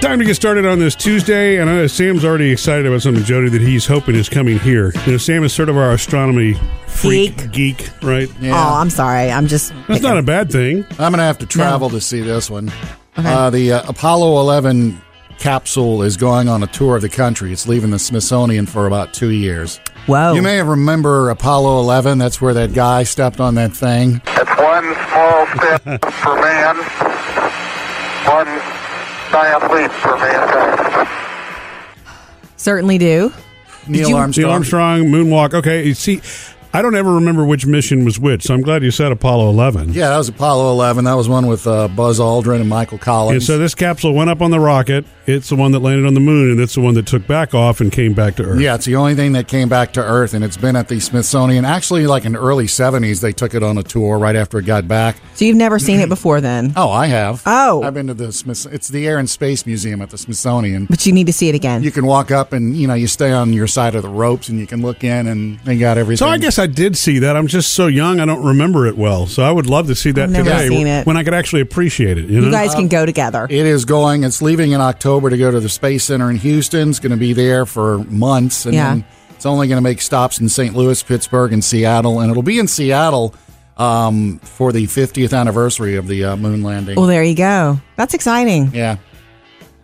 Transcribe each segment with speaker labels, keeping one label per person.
Speaker 1: Time to get started on this Tuesday, and I know Sam's already excited about something, Jody, that he's hoping is coming here. You know, Sam is sort of our astronomy freak,
Speaker 2: Geek.
Speaker 1: geek, right?
Speaker 2: Oh, I'm sorry. I'm just.
Speaker 1: That's not a bad thing.
Speaker 3: I'm going to have to travel to see this one. Uh, the uh, Apollo 11 capsule is going on a tour of the country. It's leaving the Smithsonian for about two years.
Speaker 2: Whoa.
Speaker 3: You may remember Apollo 11. That's where that guy stepped on that thing.
Speaker 4: It's one small step for man, one giant leap for mankind.
Speaker 2: Certainly do.
Speaker 3: Neil
Speaker 2: you-
Speaker 3: Armstrong.
Speaker 1: Neil Armstrong, moonwalk. Okay, you see, I don't ever remember which mission was which, so I'm glad you said Apollo 11.
Speaker 3: Yeah, that was Apollo 11. That was one with uh, Buzz Aldrin and Michael
Speaker 1: And
Speaker 3: Collins.
Speaker 1: so this capsule went up on the rocket. It's the one that landed on the moon, and it's the one that took back off and came back to Earth.
Speaker 3: yeah, it's the only thing that came back to Earth, and it's been at the Smithsonian. Actually, like in the early 70s, they took it on a tour right after it got back.
Speaker 2: So you've never seen it before then,
Speaker 3: Oh, I have.
Speaker 2: Oh.
Speaker 3: I've been to the Smith. It's the Air and Space Museum at the Smithsonian.
Speaker 2: but you need to see it again.
Speaker 3: You can walk up and you know you stay on your side of the ropes and you can look in and they got everything.
Speaker 1: So I guess I did see that. I'm just so young, I don't remember it well. So I would love to see that
Speaker 2: I've never
Speaker 1: today
Speaker 2: seen it.
Speaker 1: when I could actually appreciate it. You know,
Speaker 2: You guys can go together.
Speaker 3: it is going. It's leaving in October to go to the Space Center in Houston. It's going to be there for months, and
Speaker 2: Yeah.
Speaker 3: then it's only going to make stops in St. Louis, Pittsburgh, and Seattle. And it'll be in Seattle um, for the 50th anniversary of the uh, moon landing.
Speaker 2: Well, there you go. That's exciting.
Speaker 3: yeah.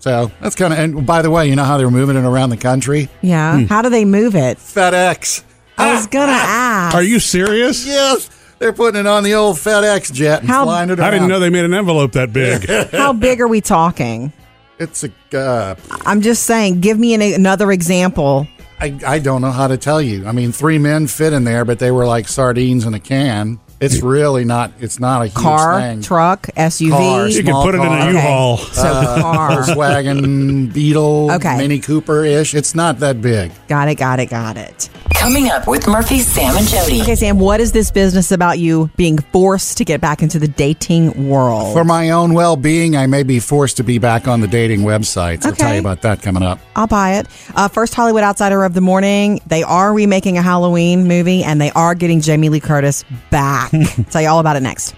Speaker 3: So that's kind of. And by the way, you know how they're moving it around the country?
Speaker 2: Yeah. How do they move it?
Speaker 3: FedEx.
Speaker 2: I
Speaker 3: Ah!
Speaker 2: was gonna ask.
Speaker 1: are you serious?
Speaker 3: Yes, they're putting it on the old FedEx jet and
Speaker 2: How-
Speaker 3: flying it around.
Speaker 1: I didn't know they made an envelope that big.
Speaker 2: How big are we talking?
Speaker 3: It's a. Uh,
Speaker 2: I'm just saying. Give me an, another example.
Speaker 3: I, I don't know how to tell you. I mean, three men fit in there, but they were like sardines in a can. It's really not. It's not a huge
Speaker 2: Car,
Speaker 3: thing.
Speaker 2: truck, SUV.
Speaker 3: Car,
Speaker 1: you could
Speaker 3: Small
Speaker 1: put it in
Speaker 3: car.
Speaker 1: a
Speaker 2: Okay.
Speaker 1: U-Haul.
Speaker 2: So car.
Speaker 3: Volkswagen Beetle,
Speaker 2: Okay.
Speaker 3: Mini Cooper ish. It's not that big.
Speaker 2: Got it. Got it. Got it.
Speaker 5: Coming up with Murphy, Sam, and Jody.
Speaker 2: Okay, Sam. What is this business about you being forced to get back into the dating world?
Speaker 3: For my own well being, I may be forced to be back on the dating websites. I'll tell
Speaker 2: Okay.
Speaker 3: you about that coming up.
Speaker 2: I'll buy it. Uh, first Hollywood Outsider of the Morning. They are remaking a Halloween movie and they are getting Jamie Lee Curtis back. Tell you all about it next.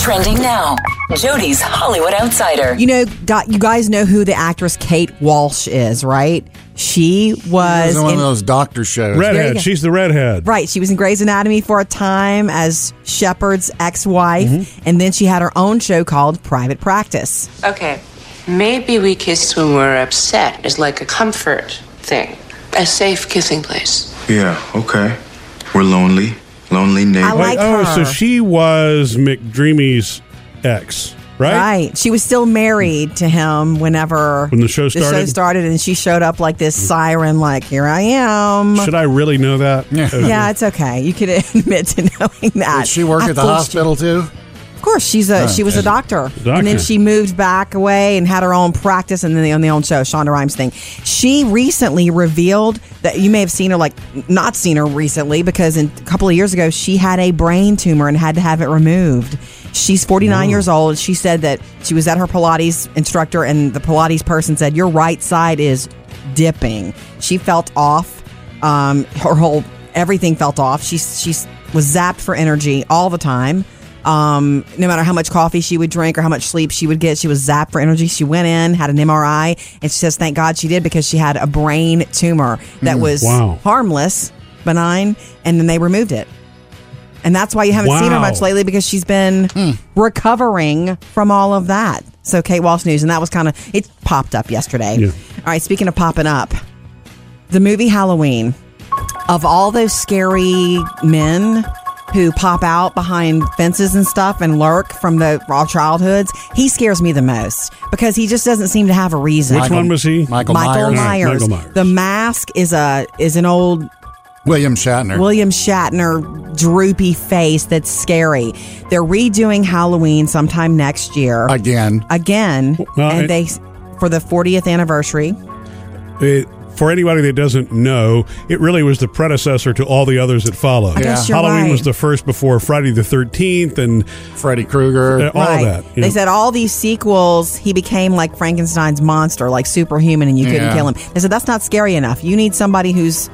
Speaker 5: Trending now. Jody's Hollywood Outsider.
Speaker 2: You know, got, you guys know who the actress Kate Walsh is, right? She was
Speaker 3: It's one
Speaker 2: in-
Speaker 3: of those doctor shows.
Speaker 2: There you go.
Speaker 1: Redhead. She's the redhead.
Speaker 2: right. She was in Grey's Anatomy for a time as Shepard's ex-wife, and then she had her own show called Private Practice.
Speaker 6: Okay. Maybe we kissed when we were upset is like a comfort thing, a safe kissing place.
Speaker 7: Yeah, okay. We're lonely, lonely
Speaker 2: I
Speaker 7: neighbors.
Speaker 1: Wait,
Speaker 2: like
Speaker 1: oh,
Speaker 2: her.
Speaker 1: so she was McDreamy's ex, right?
Speaker 2: Right. She was still married to him whenever
Speaker 1: When the show
Speaker 2: The show
Speaker 1: started?
Speaker 2: started, and she showed up like this siren, like "Here I am."
Speaker 1: Should I really know that? Uh,
Speaker 3: Yeah.
Speaker 1: Okay.
Speaker 2: yeah, it's okay. You could admit to knowing that.
Speaker 3: Did she work
Speaker 2: I
Speaker 3: at the
Speaker 2: forced
Speaker 3: hospital too?
Speaker 2: you. Of course, she's a
Speaker 3: Oh,
Speaker 2: she was a
Speaker 3: okay.
Speaker 2: doctor. and then
Speaker 1: Doctor.
Speaker 2: she moved back away and had her own practice, and then on the own show, Shonda Rhimes thing. She recently revealed that you may have seen her, like not seen her recently, because in, a couple of years ago she had a brain tumor and had to have it removed. She's 49 years old. She said that she was at her Pilates instructor, and the Pilates person said, "Your right side is dipping." She felt off. Um, her whole everything felt off. She she was zapped for energy all the time. Um, no matter how much coffee she would drink or how much sleep she would get, she was zapped for energy. She went in, had an MRI, and she says, "Thank God she did because she had a brain tumor that was
Speaker 1: Mm, wow.
Speaker 2: harmless, benign, and then they removed it." And that's why you haven't seen her
Speaker 1: Wow.
Speaker 2: much lately because she's been recovering from all of that. So Kate Walsh news, and that was kind of it popped up yesterday.
Speaker 1: Yeah.
Speaker 2: All right, speaking of popping up, the movie Halloween. Of all those scary men who pop out behind fences and stuff and lurk from the our childhoods, he scares me the most because he just doesn't seem to have a reason.
Speaker 1: Which one was he?
Speaker 3: Michael,
Speaker 2: Michael
Speaker 3: Myers.
Speaker 2: Myers.
Speaker 1: Michael Myers.
Speaker 2: The mask is a is an old
Speaker 3: William Shatner.
Speaker 2: William Shatner droopy face that's scary. They're redoing Halloween sometime next year
Speaker 3: Again.
Speaker 2: again,
Speaker 1: Well,
Speaker 2: and
Speaker 1: it-
Speaker 2: they for the 40th anniversary.
Speaker 1: It- for anybody that doesn't know, it really was the predecessor to all the others that followed.
Speaker 2: I guess Yeah. you're
Speaker 1: Halloween
Speaker 2: right.
Speaker 1: was the first before Friday the 13th and
Speaker 3: Freddy Krueger.
Speaker 1: uh, all
Speaker 2: right.
Speaker 1: that. you
Speaker 2: They
Speaker 1: know.
Speaker 2: said all these sequels, he became like Frankenstein's monster, like superhuman, and you couldn't
Speaker 3: Yeah.
Speaker 2: kill him. They said that's not scary enough. You need somebody who's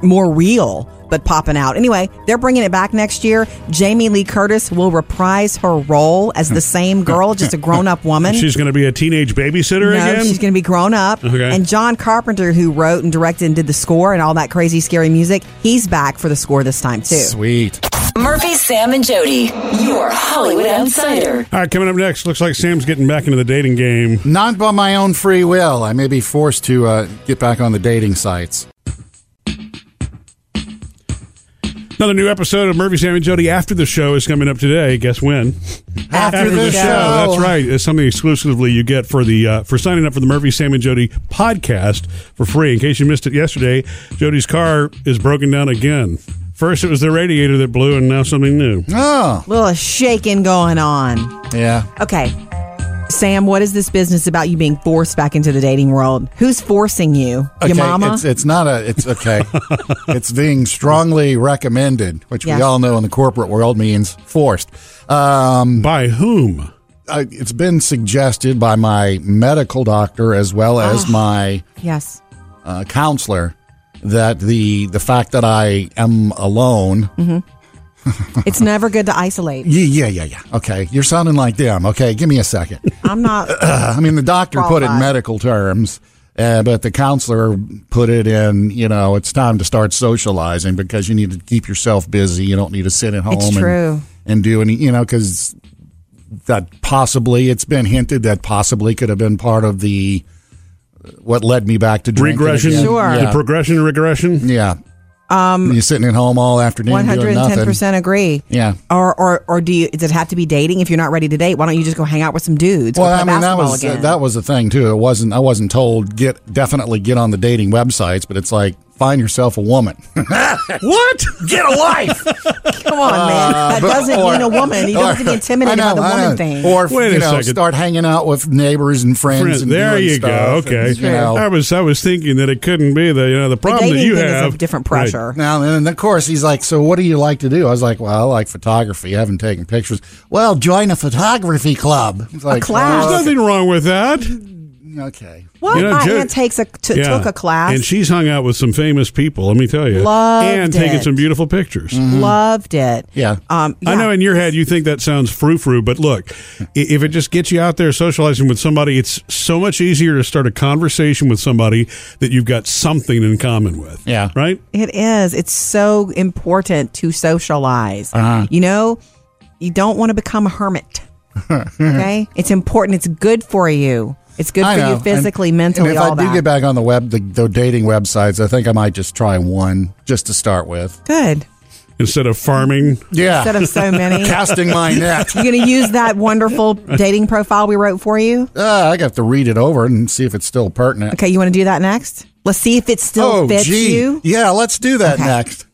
Speaker 2: more real, but popping out. Anyway, they're bringing it back next year. Jamie Lee Curtis will reprise her role as the same girl, just a grown up woman.
Speaker 1: She's going to be a teenage babysitter
Speaker 2: no,
Speaker 1: again.
Speaker 2: she's going to be grown up.
Speaker 1: Okay.
Speaker 2: And John Carpenter, who wrote and directed and did the score and all that crazy, scary music, he's back for the score this time, too.
Speaker 3: Sweet.
Speaker 5: Murphy, Sam, and Jody, your Hollywood outsider.
Speaker 1: All right, coming up next, looks like Sam's getting back into the dating game.
Speaker 3: Not by my own free will. I may be forced to uh, get back on the dating sites.
Speaker 1: Another new episode of Murphy, Sam, and Jody after the show is coming up today. Guess when?
Speaker 3: After,
Speaker 2: the show.
Speaker 1: That's right. It's something exclusively you get for the uh, for signing up for the Murphy, Sam, and Jody podcast for free. In case you missed it yesterday, Jody's car is broken down again. First, it was the radiator that blew, and now something new.
Speaker 3: Oh,
Speaker 2: little shaking going on.
Speaker 3: yeah.
Speaker 2: Okay. Sam, what is this business about you being forced back into the dating world? Who's forcing you?
Speaker 3: Okay,
Speaker 2: Your mama?
Speaker 3: It's, it's not a. It's okay. it's being strongly recommended, which
Speaker 2: Yeah.
Speaker 3: we all know in the corporate world means forced. Um,
Speaker 1: By whom?
Speaker 3: I, it's been suggested by my medical doctor as well as
Speaker 2: Ah.
Speaker 3: my
Speaker 2: yes.
Speaker 3: uh, counselor that the the fact that I am alone.
Speaker 2: Mm-hmm. It's never good to isolate.
Speaker 3: Yeah, yeah, yeah, yeah. Okay, you're sounding like them. Okay, give me a second.
Speaker 2: I'm not.
Speaker 3: I mean, the doctor put it in
Speaker 2: Qualified.
Speaker 3: medical terms, uh, but the counselor put it in, you know, it's time to start socializing because you need to keep yourself busy. You don't need to sit at home and,
Speaker 2: true.
Speaker 3: and do any, you know, because that possibly, it's been hinted that possibly could have been part of the, what led me back to drinking
Speaker 1: Regression.
Speaker 3: again.
Speaker 2: Sure.
Speaker 1: The
Speaker 3: Yeah.
Speaker 1: progression, regression.
Speaker 3: yeah. Um, You're sitting at home all afternoon doing nothing.
Speaker 2: 110% agree.
Speaker 3: Yeah.
Speaker 2: Or, or or do you does it have to be dating if you're not ready to date? Why don't you just go hang out with some dudes?
Speaker 3: Well,
Speaker 2: go play
Speaker 3: I mean that
Speaker 2: basketball
Speaker 3: was
Speaker 2: again?
Speaker 3: that was the thing too. It wasn't I wasn't told get definitely get on the dating websites, but it's like find yourself a woman.
Speaker 1: What?
Speaker 3: get a life.
Speaker 2: Come
Speaker 3: Uh,
Speaker 2: on, man. That doesn't mean a woman. You don't have to be intimidated by the woman thing.
Speaker 3: Or
Speaker 1: Wait a
Speaker 3: you know,
Speaker 1: second.
Speaker 3: start hanging out with neighbors and friends.
Speaker 1: Friend-
Speaker 3: and
Speaker 1: there
Speaker 3: doing
Speaker 1: you
Speaker 3: stuff
Speaker 1: go.
Speaker 3: and,
Speaker 1: Okay,
Speaker 3: you know.
Speaker 1: I was I was thinking that it couldn't be the you know the
Speaker 2: the
Speaker 1: problem
Speaker 2: dating
Speaker 1: that you
Speaker 2: thing
Speaker 1: have
Speaker 2: is a different
Speaker 1: Right.
Speaker 2: pressure.
Speaker 3: Now and then, of course, he's like, "So, what do you like to do?" I was like, "Well, I like photography. I haven't taken pictures." Well, join a photography club. It's like,
Speaker 2: class.
Speaker 1: There's
Speaker 3: "Oh,
Speaker 1: nothing wrong with that.
Speaker 3: okay.
Speaker 2: What
Speaker 1: You know,
Speaker 2: my
Speaker 1: Jo-
Speaker 2: aunt takes a t-
Speaker 1: Yeah.
Speaker 2: took a class,
Speaker 1: and she's hung out with some famous people. Let me tell you,
Speaker 2: Loved
Speaker 1: and taking
Speaker 2: it.
Speaker 1: some beautiful pictures.
Speaker 2: Mm. loved it.
Speaker 3: Yeah.
Speaker 2: Um,
Speaker 1: I know
Speaker 2: yeah.
Speaker 1: in your head you think that sounds frou frou, but look, i- if it just gets you out there socializing with somebody, it's so much easier to start a conversation with somebody that you've got something in common with.
Speaker 3: Yeah.
Speaker 1: right.
Speaker 2: It is. It's so important to socialize.
Speaker 3: Uh-huh.
Speaker 2: You know, you don't want to become a hermit. okay? It's important. It's good for you. It's good
Speaker 3: I
Speaker 2: for
Speaker 3: know.
Speaker 2: you physically,
Speaker 3: and,
Speaker 2: mentally,
Speaker 3: And if
Speaker 2: all
Speaker 3: I do
Speaker 2: that.
Speaker 3: get back on the web, the, the dating websites, I think I might just try one just to start with.
Speaker 2: good.
Speaker 1: Instead of farming,
Speaker 3: Yeah,
Speaker 2: Instead of so many.
Speaker 3: casting my net.
Speaker 2: You're going to use that wonderful dating profile we wrote for you?
Speaker 3: Uh, I have to read it over and see if it's still pertinent.
Speaker 2: Okay, you want to do that next? Let's see if it still
Speaker 3: oh,
Speaker 2: fits
Speaker 3: gee.
Speaker 2: you.
Speaker 3: Yeah, let's do that next.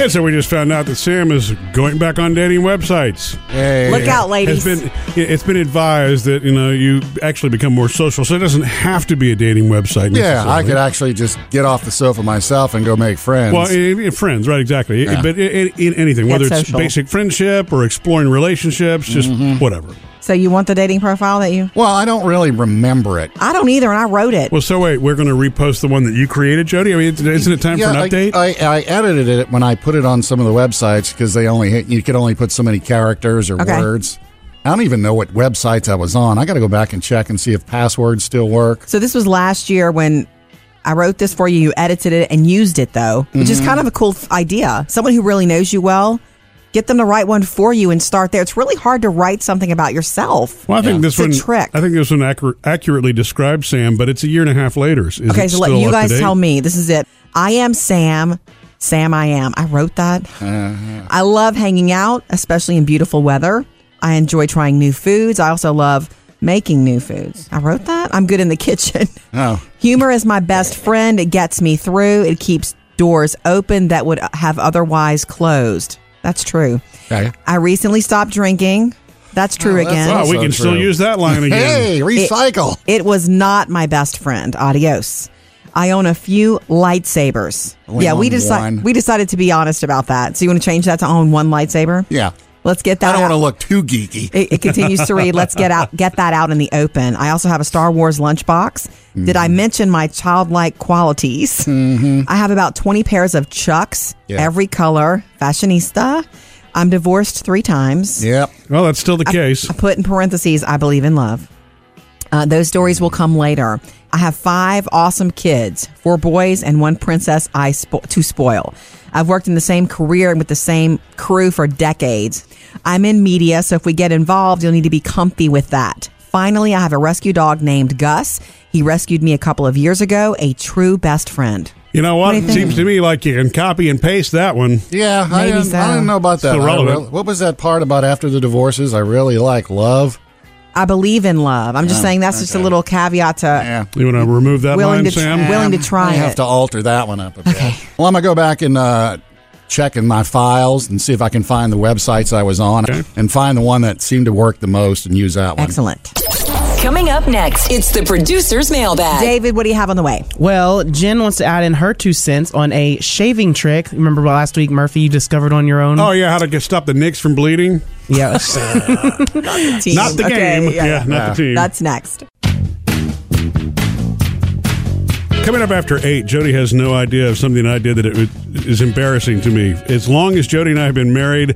Speaker 1: and so we just found out that Sam is going back on dating websites.
Speaker 3: Hey.
Speaker 2: Look out, ladies.
Speaker 1: It's been it's been advised that you know you actually become more social, so it doesn't have to be a dating website.
Speaker 3: Yeah, I
Speaker 1: necessarily.
Speaker 3: could actually just get off the sofa myself and go make friends.
Speaker 1: Well, in, in friends, right? Exactly.
Speaker 3: Yeah.
Speaker 1: But in, in anything,
Speaker 2: Get
Speaker 1: whether it's
Speaker 2: social.
Speaker 1: basic friendship or exploring relationships, just whatever.
Speaker 2: so you want the dating profile that you?
Speaker 3: well, I don't really remember it.
Speaker 2: I don't either, and I wrote it.
Speaker 1: Well, so wait, we're going to repost the one that you created, Jody. I mean, it's- isn't it time for
Speaker 3: I,
Speaker 1: an update?
Speaker 2: uh,
Speaker 3: I, I edited it when I put it on some of the websites because they only you could only put so many characters or
Speaker 2: Okay.
Speaker 3: words. I don't even know what websites I was on. I got to go back and check and see if passwords still work.
Speaker 2: So this was last year when I wrote this for you. You edited it and used it though, which is kind of a cool f- idea. Someone who really knows you well, get them the right one for you and start there. It's really hard to write something about yourself.
Speaker 1: well, I think this
Speaker 2: It's a
Speaker 1: one.
Speaker 2: trick.
Speaker 1: I think this one accur- accurately describes Sam, but it's a year and a half later. Is
Speaker 2: okay,
Speaker 1: it
Speaker 2: so let
Speaker 1: still
Speaker 2: you
Speaker 1: up to
Speaker 2: guys
Speaker 1: date?
Speaker 2: tell me. This is it. I am Sam. Sam, I am. I wrote that.
Speaker 1: Uh-huh.
Speaker 2: I love hanging out, especially in beautiful weather. I enjoy trying new foods. I also love making new foods. I wrote that. I'm good in the kitchen.
Speaker 3: Oh,
Speaker 2: Humor is my best friend. It gets me through. It keeps doors open that would have otherwise closed. That's true.
Speaker 3: okay.
Speaker 2: I recently stopped drinking. That's true
Speaker 3: that's
Speaker 2: again.
Speaker 1: Wow, we
Speaker 3: So
Speaker 1: can still
Speaker 3: true.
Speaker 1: use that line again.
Speaker 3: Hey, recycle.
Speaker 2: It was not my best friend. Adios. I own a few lightsabers.
Speaker 3: Only
Speaker 2: yeah, we
Speaker 3: own one.
Speaker 2: decided we decided to be honest about that. So you want to change that to own one lightsaber?
Speaker 3: yeah.
Speaker 2: Let's get that.
Speaker 3: I don't want to
Speaker 2: out.
Speaker 3: look too geeky.
Speaker 2: It, it continues to read. Let's get out, get that out in the open. I also have a Star Wars lunchbox. Did
Speaker 3: Mm-hmm.
Speaker 2: I mention my childlike qualities? I have about twenty pairs of Chucks,
Speaker 3: Yeah.
Speaker 2: every color, fashionista. I'm divorced three times.
Speaker 3: Yep.
Speaker 1: Well, that's still the case.
Speaker 2: I put in parentheses, I believe in love. Uh, those stories will come later. I have five awesome kids, four boys and one princess I spo- to spoil. I've worked in the same career and with the same crew for decades. I'm in media, so if we get involved, you'll need to be comfy with that. Finally, I have a rescue dog named Gus. He rescued me a couple of years ago, a true best friend.
Speaker 1: You know what?
Speaker 2: What do you
Speaker 1: It
Speaker 2: think?
Speaker 1: seems to me like you can copy and paste that one.
Speaker 3: Yeah, I
Speaker 2: Maybe
Speaker 3: didn't,
Speaker 2: so.
Speaker 3: I didn't know about that.
Speaker 1: Still
Speaker 3: I
Speaker 1: relevant.
Speaker 3: really- what was that part about after the divorces? I really like love.
Speaker 2: I believe in love. I'm
Speaker 1: Oh,
Speaker 2: just saying that's just a little caveat to
Speaker 3: Yeah.
Speaker 1: You want to remove that
Speaker 2: willing
Speaker 1: line,
Speaker 2: to
Speaker 1: Sam?
Speaker 2: willing to
Speaker 3: Um,
Speaker 2: try
Speaker 3: I
Speaker 2: it.
Speaker 3: have to alter that one up a bit. Well, I'm gonna go back and uh, check in my files and see if I can find the websites I was on
Speaker 1: Okay.
Speaker 3: and find the one that seemed to work the most and use that one.
Speaker 2: Excellent.
Speaker 5: Coming up next, it's the producer's mailbag.
Speaker 2: David, what do you have on the way?
Speaker 8: Well, Jen wants to add in her two cents on a shaving trick. Remember last week, Murphy, you discovered on your own?
Speaker 1: Oh yeah, how to get, stop the Knicks from bleeding?
Speaker 8: yeah.
Speaker 2: Team.
Speaker 1: Not the
Speaker 2: Okay,
Speaker 1: game. Yeah, not the team.
Speaker 2: That's next.
Speaker 1: Coming up after eight, Jody has no idea of something I did that it would- is embarrassing to me. As long as Jody and I have been married,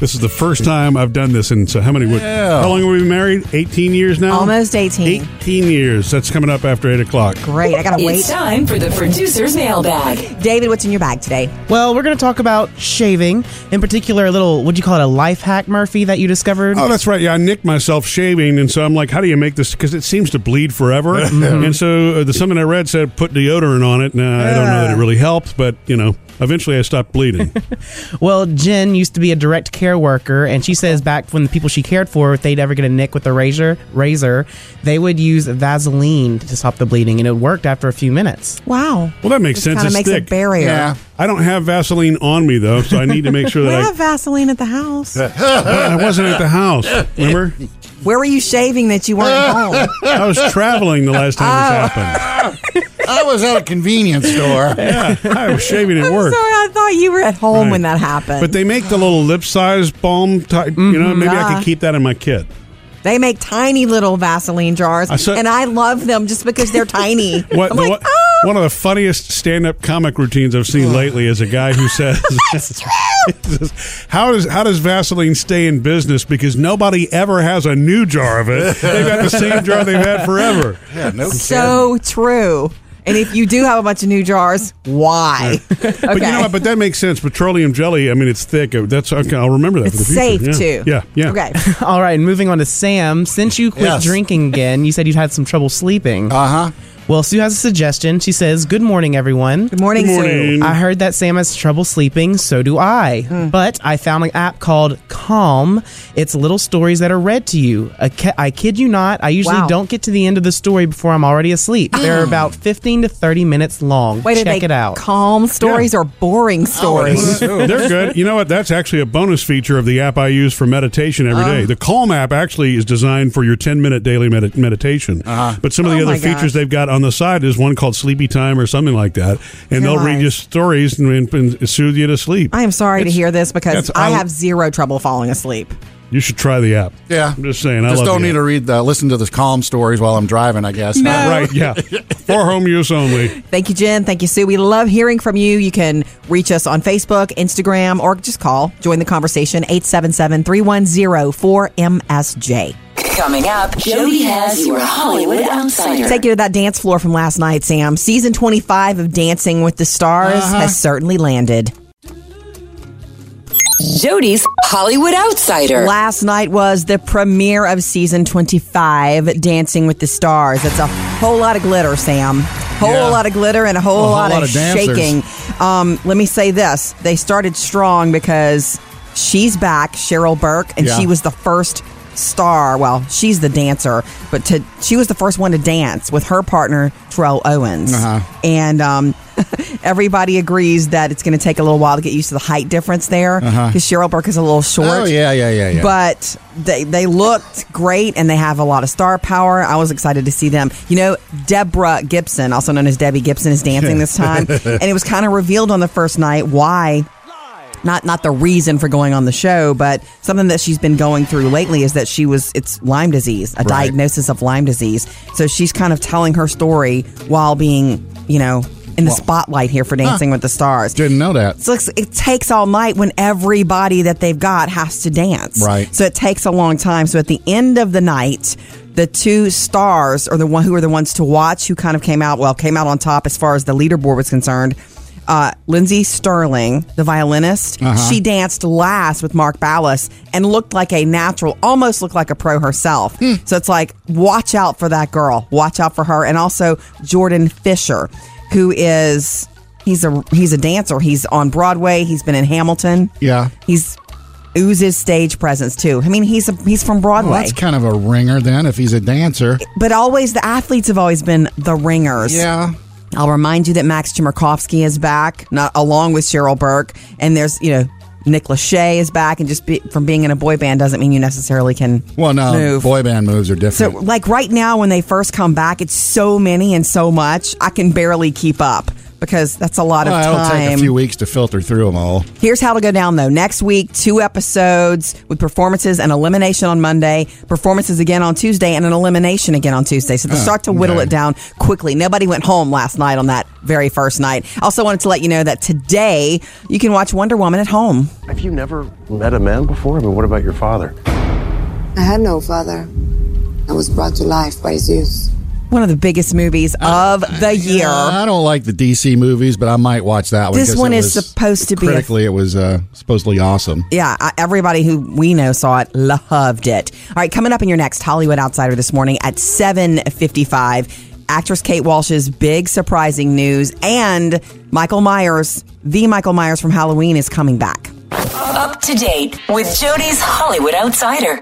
Speaker 1: this is the first time I've done this. And so, how many? Would,
Speaker 3: Yeah.
Speaker 1: How long have we been married? Eighteen years now.
Speaker 2: Almost 18.
Speaker 1: Eighteen years. That's coming up after eight o'clock.
Speaker 2: Great. I got to
Speaker 5: It's
Speaker 2: wait.
Speaker 5: time for the producer's mailbag.
Speaker 2: David, what's in your bag today?
Speaker 8: well, we're going to talk about shaving, in particular, a little, what do you call it, a life hack, Murphy, that you discovered?
Speaker 1: Oh, that's right. Yeah, I nicked myself shaving, and so I'm like, how do you make this? Because it seems to bleed forever. And so uh, the something I read said put deodorant on it. Now I don't know that it really helped, but you know, eventually I stopped bleeding.
Speaker 8: Well, Jen used to be a direct care worker, and she says back when the people she cared for, if they'd ever get a nick with a razor, razor, they would use Vaseline to stop the bleeding, and it worked after a few minutes.
Speaker 2: Wow.
Speaker 1: Well, that makes sense.
Speaker 2: Kind of
Speaker 1: It's
Speaker 2: makes a
Speaker 1: thick.
Speaker 2: barrier.
Speaker 3: Yeah.
Speaker 1: I don't have Vaseline on me though, so I need to make sure
Speaker 2: We
Speaker 1: that I
Speaker 2: have Vaseline at the house.
Speaker 1: I wasn't at the house. Remember?
Speaker 2: Where were you shaving that you weren't home?
Speaker 1: I was traveling the last time
Speaker 2: Ah.
Speaker 1: this happened.
Speaker 3: I was at a convenience store.
Speaker 1: Yeah, I was shaving at
Speaker 2: Sorry,
Speaker 1: work.
Speaker 2: I thought you were at home
Speaker 1: Right.
Speaker 2: when that happened.
Speaker 1: But they make the little lip size balm type. You know, maybe I
Speaker 2: Nah.
Speaker 1: could keep that in my kit.
Speaker 2: they make tiny little Vaseline jars,
Speaker 1: I saw-
Speaker 2: and I love them just because they're tiny.
Speaker 1: What,
Speaker 2: I'm
Speaker 1: the,
Speaker 2: like,
Speaker 1: what-
Speaker 2: oh,
Speaker 1: One of the funniest stand up comic routines I've seen lately is a guy who says, How does how does Vaseline stay in business? Because nobody ever has a new jar of it. They've got the same jar they've had forever.
Speaker 3: Yeah, no
Speaker 2: so true. And if you do have a bunch of new jars, why? okay.
Speaker 1: But you know what? But that makes sense. Petroleum jelly. I mean, it's thick. That's okay. I'll remember that
Speaker 2: it's
Speaker 1: for the future. yeah.
Speaker 2: safe too.
Speaker 1: Yeah, yeah.
Speaker 2: Okay.
Speaker 8: All right, and moving on to Sam, since you quit
Speaker 3: Yes.
Speaker 8: drinking again, you said you'd had some trouble sleeping.
Speaker 3: Uh huh.
Speaker 8: well, Sue has a suggestion. She says, Good morning, everyone.
Speaker 2: Good morning,
Speaker 1: Good
Speaker 2: Sue.
Speaker 1: morning.
Speaker 8: I heard that Sam has trouble sleeping, so do I.
Speaker 2: Hmm.
Speaker 8: But I found an app called Calm. It's little stories that are read to you. I, ki- I kid you not, I usually
Speaker 2: Wow. Ah.
Speaker 8: don't get to the end of the story before I'm already asleep. They're about 15 to 30 minutes long.
Speaker 2: Wait, are
Speaker 8: Check
Speaker 2: they
Speaker 8: it out.
Speaker 2: calm stories or
Speaker 1: Oh,
Speaker 2: boring stories?
Speaker 1: They're good. You know what? That's actually a bonus feature of the app I use for meditation every day.
Speaker 3: Uh-huh.
Speaker 1: The Calm app actually is designed for your 10 minute daily med- meditation.
Speaker 3: Uh-huh.
Speaker 1: But some of the
Speaker 2: Oh,
Speaker 1: other
Speaker 2: my God.
Speaker 1: features they've got on the side is one called Sleepy Time or something like that. And they'll read
Speaker 2: Nice.
Speaker 1: you stories and, and soothe you to sleep.
Speaker 2: I am sorry to
Speaker 1: It's-
Speaker 2: hear this because
Speaker 1: that's-
Speaker 2: I
Speaker 1: I-
Speaker 2: have zero trouble falling asleep.
Speaker 1: You should try the app.
Speaker 3: Yeah.
Speaker 1: I'm just saying. I
Speaker 3: Just
Speaker 1: love
Speaker 3: don't
Speaker 1: the
Speaker 3: need to
Speaker 1: app.
Speaker 3: read the listen to the calm stories while I'm driving. I guess.
Speaker 2: No.
Speaker 1: Right, yeah. For home use only.
Speaker 2: Thank you, Jen. Thank you, Sue. We love hearing from you. You can reach us on Facebook, Instagram, or just call. Join the conversation 877 310 4MSJ.
Speaker 5: Coming up, Jody has your Hollywood outsider.
Speaker 2: Take you to that dance floor from last night, Sam. Season 25 of Dancing with the Stars
Speaker 1: Uh-huh.
Speaker 2: has certainly landed.
Speaker 5: Jody's Hollywood outsider.
Speaker 2: Last night was the premiere of season 25, Dancing with the Stars. It's a whole lot of glitter, Sam. Whole
Speaker 3: Yeah.
Speaker 2: lot of glitter and a whole,
Speaker 3: A whole
Speaker 2: lot,
Speaker 3: lot
Speaker 2: of,
Speaker 3: of dancers.
Speaker 2: shaking. Um, let me say this: they started strong because she's back, Cheryl Burke, and
Speaker 3: Yeah.
Speaker 2: she was the first star. Well, she's the dancer, but to, she was the first one to dance with her partner Terrell Owens,
Speaker 3: Uh-huh.
Speaker 2: and. Um, Everybody agrees that it's going to take a little while to get used to the height difference there because Cheryl Burke is a little short.
Speaker 3: Uh-huh. Oh yeah, yeah, yeah, yeah.
Speaker 2: But they they looked great and they have a lot of star power. I was excited to see them. You know, Deborah Gibson, also known as Debbie Gibson, is dancing this time. and it was kind of revealed on the first night why not not the reason for going on the show, but something that she's been going through lately is that she was it's Lyme disease, a diagnosis of Lyme disease. So she's kind of telling her story while being, you know, in the spotlight here for Dancing with the Stars.
Speaker 3: Didn't know that.
Speaker 2: So it's, it takes all night when everybody that they've got has to dance.
Speaker 3: Right.
Speaker 2: So it takes a long time. So at the end of the night, the two stars are the one who are the ones to watch who kind of came out well came out on top as far as the leaderboard was concerned. Uh, Lindsay Sterling, the violinist, she danced last with Mark Ballas and looked like a natural, almost looked like a pro herself. So it's like, watch out for that girl, watch out for her, and also Jordan Fisher, who is he's a he's a dancer. He's on Broadway. He's been in Hamilton.
Speaker 3: Yeah.
Speaker 2: He's oozes stage presence too. I mean, he's a, he's from Broadway.
Speaker 3: Well, that's kind of a ringer then if he's a dancer.
Speaker 2: but always the athletes have always been the ringers.
Speaker 3: Yeah.
Speaker 2: I'll remind you that Max Chmerkovsky is back, not along with Cheryl Burke, and there's you know Nick Lachey is back, and just be, from being in a boy band doesn't mean you necessarily can
Speaker 3: Well, no,
Speaker 2: move.
Speaker 3: boy band moves are
Speaker 2: So,
Speaker 3: different.
Speaker 2: like right now, when they first come back, it's so many and so much. I can barely keep up because that's a lot of
Speaker 3: Well, it'll
Speaker 2: time.
Speaker 3: take a few weeks to filter through them all.
Speaker 2: Here's how to go down though. Next week, two episodes with performances and elimination on Monday, performances again on Tuesday, and an elimination again on Tuesday. So they start to whittle
Speaker 3: okay.
Speaker 2: it down quickly. Nobody went home last night on that very first night. Also wanted to let you know that today you can watch Wonder Woman at home.
Speaker 9: Have you never met a man before? I mean, what about your father?
Speaker 10: I had no father. I was brought to life by Zeus.
Speaker 2: One of the biggest movies of the year.
Speaker 3: I don't like the DC movies, but I might watch that one.
Speaker 2: This
Speaker 3: 'cause
Speaker 2: one
Speaker 3: it
Speaker 2: is
Speaker 3: was-
Speaker 2: supposed to be a-
Speaker 3: critically. it was uh, supposedly awesome.
Speaker 2: yeah, I- everybody who we know saw it loved it. All right, coming up in your next Hollywood Outsider this morning at 7:55, actress Kate Walsh's big surprising news and Michael Myers, the Michael Myers from Halloween is coming back.
Speaker 5: Up to date with Jody's Hollywood Outsider.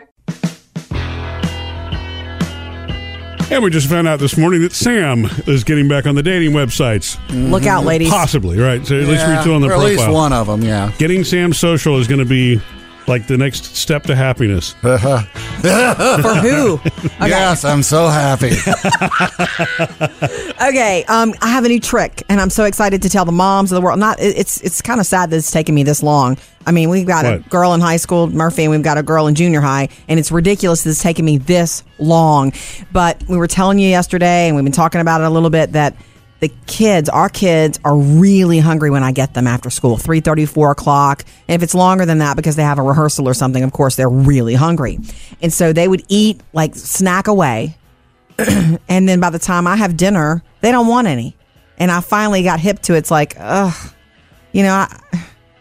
Speaker 1: And we just found out this morning that Sam is getting back on the dating websites.
Speaker 2: Look out ladies.
Speaker 1: Possibly, right? So at least
Speaker 3: Yeah,
Speaker 1: read through on the
Speaker 3: or at
Speaker 1: profile.
Speaker 3: least one of them, yeah.
Speaker 1: Getting Sam social is going to be like the next step to happiness.
Speaker 2: For who?
Speaker 3: Yes, I'm so happy.
Speaker 2: Okay, um, I have a new trick, and I'm so excited to tell the moms of the world. Not, it- it's it's kind of sad that it's taken me this long. I mean, we've got a
Speaker 1: What?
Speaker 2: girl in high school, Murphy, and we've got a girl in junior high, and it's ridiculous that it's taken me this long. But we were telling you yesterday, and we've been talking about it a little bit that the kids, our kids, are really hungry when I get them after school, 3.30, 4 o'clock. And if it's longer than that because they have a rehearsal or something, of course, they're really hungry. And so they would eat, like, snack away. And then by the time I have dinner, they don't want any. And I finally got hip to it. it's like, ugh, you know, I,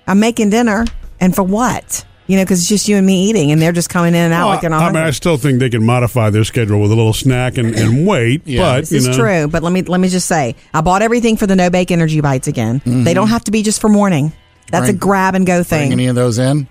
Speaker 2: I'm making dinner and for what? You know, because it's just you and me eating and they're just coming in and out
Speaker 1: Well,
Speaker 2: like an
Speaker 1: I mean, I still think they can modify their schedule with a little snack and, and wait. But
Speaker 2: This
Speaker 1: you
Speaker 2: is
Speaker 1: know,
Speaker 2: true, but let me let me just say, I bought everything for the no bake energy bites again. They don't have to be just for morning. That's
Speaker 3: Bring-
Speaker 2: a grab and go
Speaker 3: Mm-hmm. Bring
Speaker 2: thing.
Speaker 3: any of those in?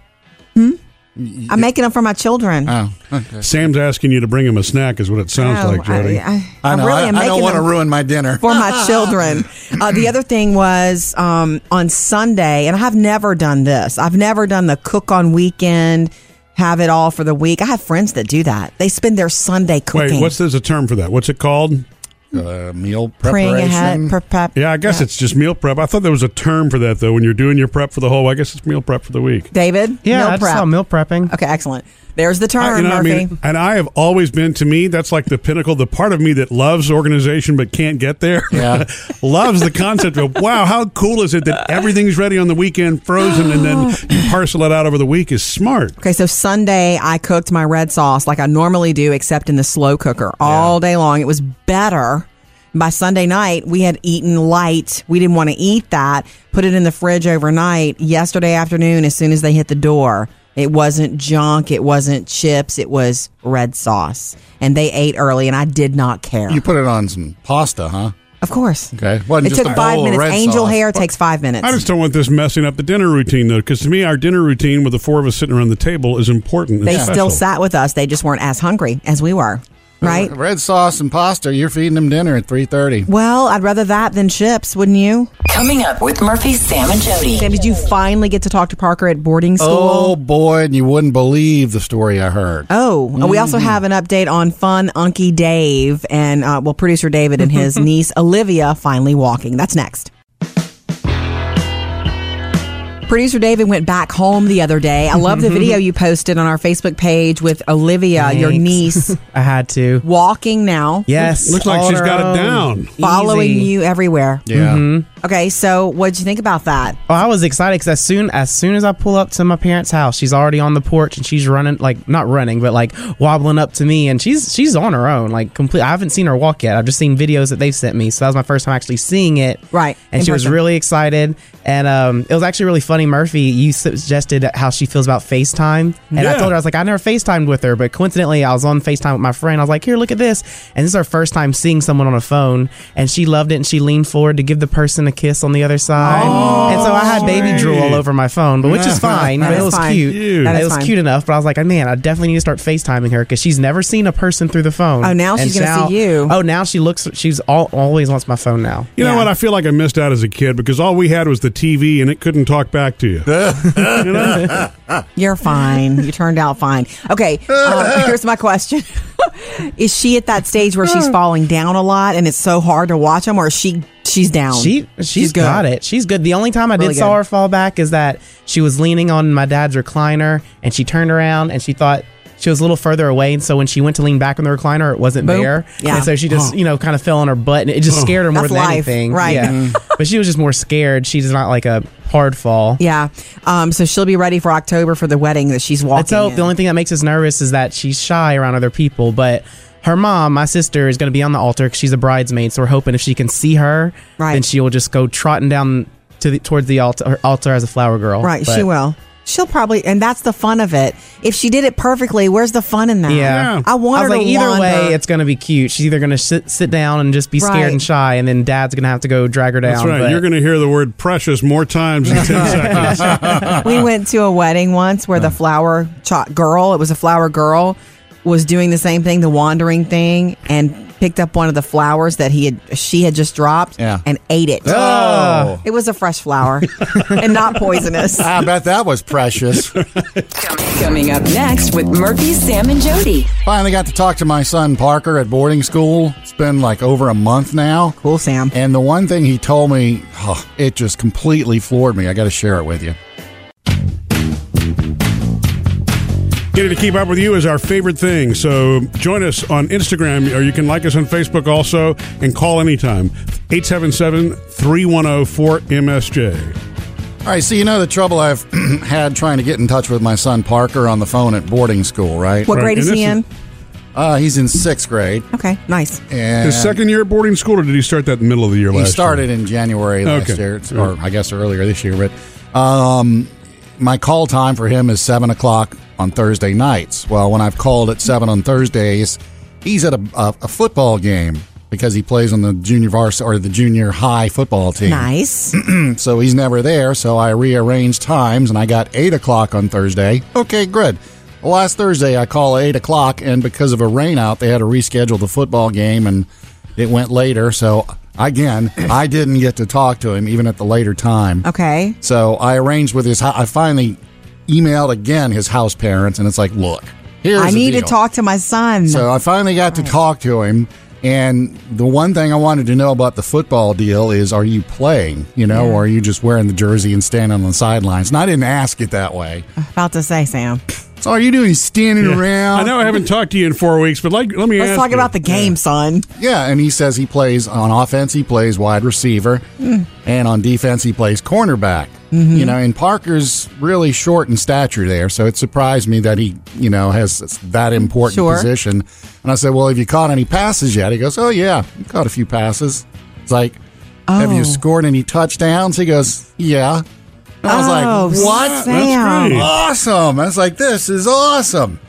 Speaker 2: I'm making them for my children.
Speaker 3: Oh, okay.
Speaker 1: Sam's asking you to bring him a snack, is what it sounds
Speaker 2: No,
Speaker 1: like, Jody.
Speaker 2: Oh, I, I,
Speaker 3: I
Speaker 2: I
Speaker 3: know.
Speaker 2: really
Speaker 3: I,
Speaker 2: am
Speaker 3: I
Speaker 2: making
Speaker 3: don't want to
Speaker 2: them
Speaker 3: ruin my dinner.
Speaker 2: for my children. Uh, the other thing was um, on Sunday, and I've never done this. I've never done the cook on weekend, have it all for the week. I have friends that do that. They spend their Sunday
Speaker 1: Wait,
Speaker 2: cooking.
Speaker 1: what's there's a term for that? What's it called?
Speaker 3: Uh, meal
Speaker 2: praying
Speaker 3: preparation.
Speaker 2: ahead? Prep, prep,
Speaker 1: Yeah, I guess it's just meal prep. I thought there was a term for that though. When you're doing your prep for the whole, I guess it's meal prep for the week.
Speaker 2: David.
Speaker 8: Yeah,
Speaker 2: meal
Speaker 8: I just
Speaker 2: prep.
Speaker 8: saw meal prepping.
Speaker 2: Okay, excellent. There's the term,
Speaker 1: I, you know, I
Speaker 2: Murphy.
Speaker 1: mean, and I have always been to me that's like the pinnacle. The part of me that loves organization but can't get there,
Speaker 3: Yeah.
Speaker 1: loves the concept of wow, how cool is it that everything's ready on the weekend, frozen, and then you parcel it out over the week is smart.
Speaker 2: Okay, so Sunday I cooked my red sauce like I normally do, except in the slow cooker all day long. It was better. By Sunday night, we had eaten light. We didn't want to eat that. Put it in the fridge overnight. Yesterday afternoon, as soon as they hit the door, it wasn't junk. It wasn't chips. It was red sauce. And they ate early, and I did not care.
Speaker 3: You put it on some pasta, huh?
Speaker 2: of course.
Speaker 3: Okay. Wasn't
Speaker 2: It
Speaker 3: just
Speaker 2: took
Speaker 3: a
Speaker 2: five
Speaker 3: bowl of
Speaker 2: minutes.
Speaker 3: red
Speaker 2: Angel
Speaker 3: sauce.
Speaker 2: hair takes five minutes.
Speaker 1: I just don't want this messing up the dinner routine though, because to me, our dinner routine with the four of us sitting around the table is important. and
Speaker 2: they
Speaker 1: special.
Speaker 2: still sat with us. They just weren't as hungry as we were. Right?
Speaker 3: Uh, Red sauce and pasta. You're feeding them dinner at 3.30.
Speaker 2: Well, I'd rather that than chips, wouldn't you?
Speaker 5: Coming up with Murphy, Sam, and Jody.
Speaker 2: Sam, did you finally get to talk to Parker at boarding
Speaker 3: Oh,
Speaker 2: school?
Speaker 3: boy, and you wouldn't believe the story I heard.
Speaker 2: Oh, we also
Speaker 8: Mm-hmm.
Speaker 2: have an update on fun Unky Dave and, uh, well, producer David and his niece Olivia finally walking. That's next. producer David went back home the other day. I love the video you posted on our Facebook page with Olivia, your
Speaker 8: Thanks.
Speaker 2: niece,
Speaker 8: I had to.
Speaker 2: walking now.
Speaker 8: Yes.
Speaker 1: Looks like
Speaker 8: all
Speaker 1: she's
Speaker 8: on her
Speaker 1: got it down.
Speaker 8: own.
Speaker 2: Following
Speaker 8: Easy.
Speaker 2: you everywhere.
Speaker 3: Yeah.
Speaker 1: Mm-hmm.
Speaker 2: Okay, so what'd you think about that?
Speaker 8: Oh, I was excited because as soon as soon as I pull up to my parents' house, she's already on the porch and she's running like not running, but like wobbling up to me, and she's she's on her own, like complete. I haven't seen her walk yet. I've just seen videos that they've sent me, so that was my first time actually seeing it.
Speaker 2: Right,
Speaker 8: and
Speaker 2: in
Speaker 8: she was
Speaker 2: person.
Speaker 8: really excited, and um, it was actually really funny. Murphy, you suggested how she feels about FaceTime, and I
Speaker 1: Yeah.
Speaker 8: told her I was like, I never FaceTimed with her, but coincidentally, I was on FaceTime with my friend. I was like, here, look at this, and this is her first time seeing someone on a phone, and she loved it, and she leaned forward to give the person a kiss on the other side, and so I had baby
Speaker 1: sweet.
Speaker 8: drool all over my phone, but which is fine,
Speaker 2: Oh, That
Speaker 8: but it
Speaker 2: is
Speaker 8: was
Speaker 2: fine.
Speaker 8: cute,
Speaker 1: Cute. That
Speaker 8: it
Speaker 2: is
Speaker 8: was
Speaker 2: fine.
Speaker 8: cute enough. But I was like, man, I definitely need to start FaceTiming her because she's never seen a person through the phone.
Speaker 2: Oh, now
Speaker 8: And
Speaker 2: she's gonna
Speaker 8: now-
Speaker 2: see you.
Speaker 8: Oh, now she looks. She's all, always wants my phone now.
Speaker 1: You know
Speaker 2: Yeah.
Speaker 1: what? I feel like I missed out as a kid because all we had was the TV and it couldn't talk back to you. You know?
Speaker 2: You're fine. You turned out fine. Okay, uh, here's my question. is she at that stage where she's falling down a lot and it's so hard to watch them or is she she's down?
Speaker 8: She she's got it. She's good. The only time I did
Speaker 2: Really
Speaker 8: saw
Speaker 2: good.
Speaker 8: her fall back is that she was leaning on my dad's recliner and she turned around and she thought she was a little further away and so when she went to lean back on the recliner it wasn't
Speaker 2: Boom.
Speaker 8: there.
Speaker 2: Yeah.
Speaker 8: And so she just, you know, kind of fell on her butt and it just scared her more
Speaker 2: That's
Speaker 8: than
Speaker 2: life,
Speaker 8: anything.
Speaker 2: right. Mm-hmm.
Speaker 8: Yeah. but she was just more scared. She's not like a hard fall.
Speaker 2: Yeah. Um, so she'll be ready for October for the wedding that she's walking.
Speaker 8: Let's hope
Speaker 2: in.
Speaker 8: the only thing that makes us nervous is that she's shy around other people, but her mom, my sister, is going to be on the altar because she's a bridesmaid. So we're hoping if she can see her,
Speaker 2: Right.
Speaker 8: then she will just go trotting down to the, towards the altar, her altar as a flower girl.
Speaker 2: Right, she
Speaker 8: But-
Speaker 2: will. She'll probably, and that's the fun of it. If she did it perfectly, where's the fun in that?
Speaker 8: Yeah,
Speaker 2: I want
Speaker 8: was
Speaker 2: her
Speaker 8: like,
Speaker 2: to
Speaker 8: either
Speaker 2: wander.
Speaker 8: way, it's going to be cute. She's either going to sit, sit down and just be scared
Speaker 2: Right.
Speaker 8: and shy, and then Dad's going to have to go drag her down.
Speaker 1: That's right.
Speaker 8: but-
Speaker 1: You're going to hear the word precious more times in 10 seconds.
Speaker 2: we went to a wedding once where the flower cho- girl, it was a flower girl, was doing the same thing, the wandering thing, and picked up one of the flowers that he had, she had just dropped,
Speaker 3: Yeah.
Speaker 2: and ate it.
Speaker 3: Oh.
Speaker 2: It was a fresh flower and not poisonous.
Speaker 3: I bet that was precious.
Speaker 5: Coming up next with Murphy, Sam, and Jody.
Speaker 3: Finally got to talk to my son Parker at boarding school. It's been like over a month now.
Speaker 2: Cool, Sam.
Speaker 3: And the one thing he told me, oh, it just completely floored me. I got to share it with you.
Speaker 1: Getting to keep up with you is our favorite thing. So join us on Instagram or you can like us on Facebook also and call anytime. 877 310 4MSJ.
Speaker 3: All right, so you know the trouble I've had trying to get in touch with my son Parker on the phone at boarding school, right?
Speaker 2: What
Speaker 1: Right,
Speaker 2: grade
Speaker 1: and
Speaker 2: is he
Speaker 1: this
Speaker 2: in?
Speaker 1: is-
Speaker 3: Uh, he's in sixth grade.
Speaker 2: okay, nice.
Speaker 3: And
Speaker 1: His second year at boarding school, or did he start that in the middle of the year
Speaker 3: He
Speaker 1: last
Speaker 3: started
Speaker 1: year?
Speaker 3: in January last
Speaker 1: Okay.
Speaker 3: year, or I guess earlier this year. But um, my call time for him is seven o'clock on Thursday nights. Well, when I've called at seven on Thursdays, he's at a, a, a football game because he plays on the junior varsity or the junior high football team.
Speaker 2: Nice.
Speaker 3: So he's never there. So I rearranged times, and I got eight o'clock on Thursday. Okay, good. Well, Last Thursday, I call eight o'clock, and because of a rain out, they had to reschedule the football game, and it went later. So again, I didn't get to talk to him even at the later time.
Speaker 2: Okay.
Speaker 3: So I arranged with his. hou- I finally emailed again his house parents, and it's like, look, here's
Speaker 2: I
Speaker 3: the
Speaker 2: need to
Speaker 3: deal.
Speaker 2: talk to my son.
Speaker 3: So I finally got to talk to him. And the one thing I wanted to know about the football deal is are you playing, you know, or are you just wearing the jersey and standing on the sidelines? And I didn't ask it that way.
Speaker 2: About to say, Sam.
Speaker 3: So are you doing is standing around?
Speaker 1: I know I haven't talked to you in four weeks, but like, let me
Speaker 2: Let's
Speaker 1: ask
Speaker 2: talk
Speaker 1: you.
Speaker 2: about the game, son.
Speaker 3: Yeah, and he says he plays on offense, he plays wide receiver,
Speaker 2: Mm.
Speaker 3: and on defense, he plays cornerback.
Speaker 2: Mm-hmm.
Speaker 3: You know, and Parker's really short in stature there, so it surprised me that he, you know, has that important
Speaker 2: Sure.
Speaker 3: position. And I said, Well, have you caught any passes yet? He goes, Oh, yeah, I caught a few passes. It's like, Have
Speaker 2: Oh.
Speaker 3: you scored any touchdowns? He goes, Yeah. And I was
Speaker 2: oh,
Speaker 3: like, What?
Speaker 2: Sam.
Speaker 1: great.
Speaker 3: Awesome. I was like, This is awesome.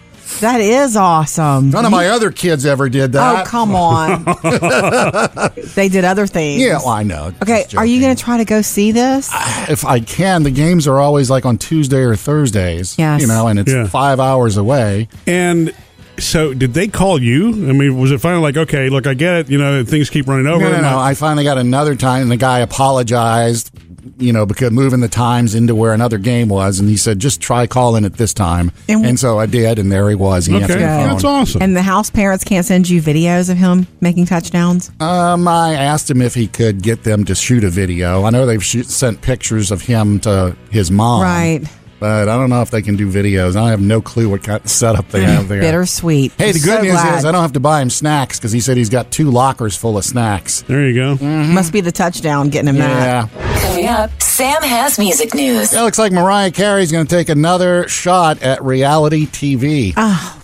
Speaker 2: That is awesome.
Speaker 3: None of my other kids ever did
Speaker 2: Oh,
Speaker 3: that.
Speaker 2: come on. they did other things.
Speaker 3: yeah, well, I know.
Speaker 2: Okay,
Speaker 3: Just
Speaker 2: are you
Speaker 3: joking.
Speaker 2: going to try to go see this?
Speaker 3: if I can, the games are always like on Tuesday or Thursdays.
Speaker 2: Yes.
Speaker 3: You know, and it's
Speaker 1: Yeah.
Speaker 3: five hours away.
Speaker 1: And so, did they call you? I mean, was it finally like, okay, look, I get it. You know, things keep running over.
Speaker 3: No, no,
Speaker 1: and
Speaker 3: no.
Speaker 1: I-
Speaker 3: I finally got another time, and the guy apologized. you know, because moving the times into where another game was, and he said, just try calling it this time.
Speaker 2: And-
Speaker 3: And, so I did, and there he was. He answered the phone.
Speaker 1: awesome.
Speaker 2: And the house parents can't send you videos of him making touchdowns.
Speaker 3: Um, I asked him if he could get them to shoot a video. I know they've shoot, sent pictures of him to his mom,
Speaker 2: Right.
Speaker 3: But I don't know if they can do videos. I have no clue what kind of setup they have there.
Speaker 2: Bittersweet.
Speaker 3: Hey, the
Speaker 2: I'm
Speaker 3: good
Speaker 2: so
Speaker 3: news
Speaker 2: glad.
Speaker 3: is I don't have to buy him snacks because he said he's got two lockers full of snacks.
Speaker 1: There you go.
Speaker 2: Must be the touchdown getting him that.
Speaker 3: Yeah.
Speaker 5: Coming up, Sam has music news.
Speaker 3: It looks like Mariah Carey's going to take another shot at reality TV.
Speaker 2: Ah.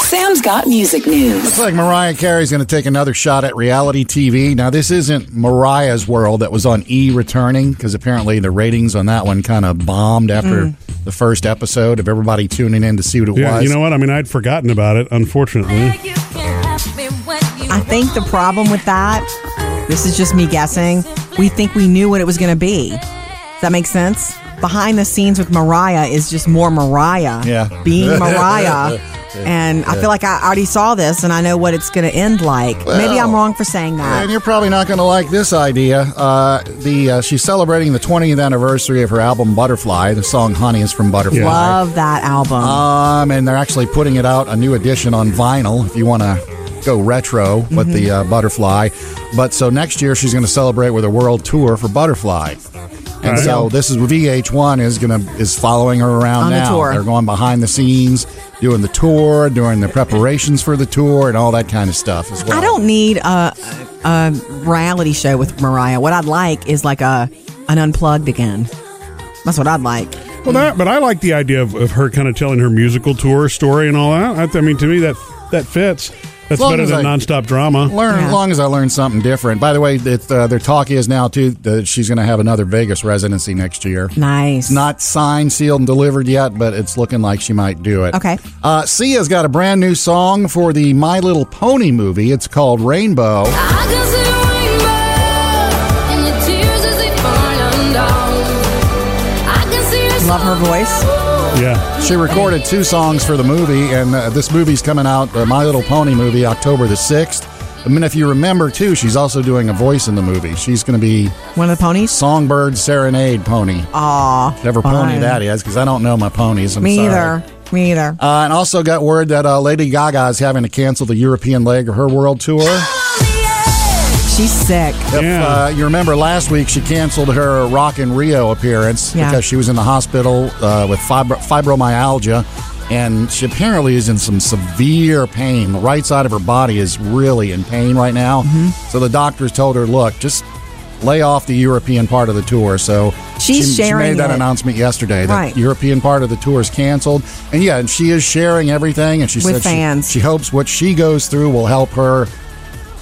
Speaker 5: Sam's got music news.
Speaker 3: Looks like Mariah Carey's going to take another shot at reality TV. Now, this isn't Mariah's World that was on E returning because apparently the ratings on that one kind of bombed after
Speaker 2: Mm.
Speaker 3: the first episode of everybody tuning in to see what it
Speaker 1: Yeah,
Speaker 3: was.
Speaker 1: you know what? I mean, I'd forgotten about it, unfortunately.
Speaker 2: I think the problem with that, this is just me guessing, we think we knew what it was going to be. Does that make sense? Behind the scenes with Mariah is just more Mariah.
Speaker 3: Yeah.
Speaker 2: Being Mariah. and I feel like I already saw this and I know what it's going to end like. Maybe I'm wrong for saying that.
Speaker 3: And you're probably not going to like this idea. Uh, the uh, she's celebrating the 20th anniversary of her album Butterfly. The song "Honey" is from Butterfly.
Speaker 2: Love that album.
Speaker 3: Um, and they're actually putting it out a new edition on vinyl if you want to go retro with the
Speaker 2: Mm-hmm.
Speaker 3: uh, butterfly. But so next year she's going to celebrate with a world tour for Butterfly. And so this is VH1 is gonna is following her around
Speaker 2: On the
Speaker 3: now.
Speaker 2: tour.
Speaker 3: They're going behind the scenes, doing the tour, doing the preparations for the tour, and all that kind of stuff as well.
Speaker 2: I don't need a, a reality show with Mariah. What I'd like is like a an unplugged again. That's what I'd like.
Speaker 1: Well, that, but I like the idea of, of her kind of telling her musical tour story and all that. I, th- I mean, to me, that that fits. That's
Speaker 3: long
Speaker 1: better
Speaker 3: as
Speaker 1: than
Speaker 3: I-
Speaker 1: nonstop drama.
Speaker 3: Learn
Speaker 2: Yeah.
Speaker 3: as long as I learn something different. By the way, that uh, their talk is now too that she's going to have another Vegas residency next year.
Speaker 2: Nice.
Speaker 3: Not signed, sealed, and delivered yet, but it's looking like she might do it.
Speaker 2: Okay.
Speaker 3: Uh, Sia's got a brand new song for the My Little Pony movie. It's called Rainbow.
Speaker 2: Love her voice.
Speaker 1: Yeah.
Speaker 3: She recorded two songs for the movie, and uh, this movie's coming out, uh, My Little Pony movie, October the 6th. I mean, if you remember, too, she's also doing a voice in the movie. She's going to be
Speaker 2: One of the ponies.
Speaker 3: Songbird Serenade Pony.
Speaker 2: Aw.
Speaker 3: Whatever pony
Speaker 2: fine.
Speaker 3: that is, because I don't know my ponies. I'm
Speaker 2: Me
Speaker 3: sorry.
Speaker 2: either. Me either.
Speaker 3: Uh, and also got word that uh, Lady Gaga is having to cancel the European leg of her world tour.
Speaker 2: She's sick.
Speaker 3: If
Speaker 1: Yeah.
Speaker 3: uh, you remember last week, she canceled her Rock and Rio appearance
Speaker 2: Yeah.
Speaker 3: because she was in the hospital uh, with fibro- fibromyalgia, and she apparently is in some severe pain. The right side of her body is really in pain right now.
Speaker 2: Mm-hmm.
Speaker 3: So the doctors told her, "Look, just lay off the European part of the tour." So
Speaker 2: She's
Speaker 3: she, she
Speaker 2: sharing
Speaker 3: made that
Speaker 2: it.
Speaker 3: announcement yesterday. The
Speaker 2: Right.
Speaker 3: European part of the tour is canceled, and yeah, and she is sharing everything. And she
Speaker 2: With
Speaker 3: said she-
Speaker 2: fans.
Speaker 3: she hopes what she goes through will help her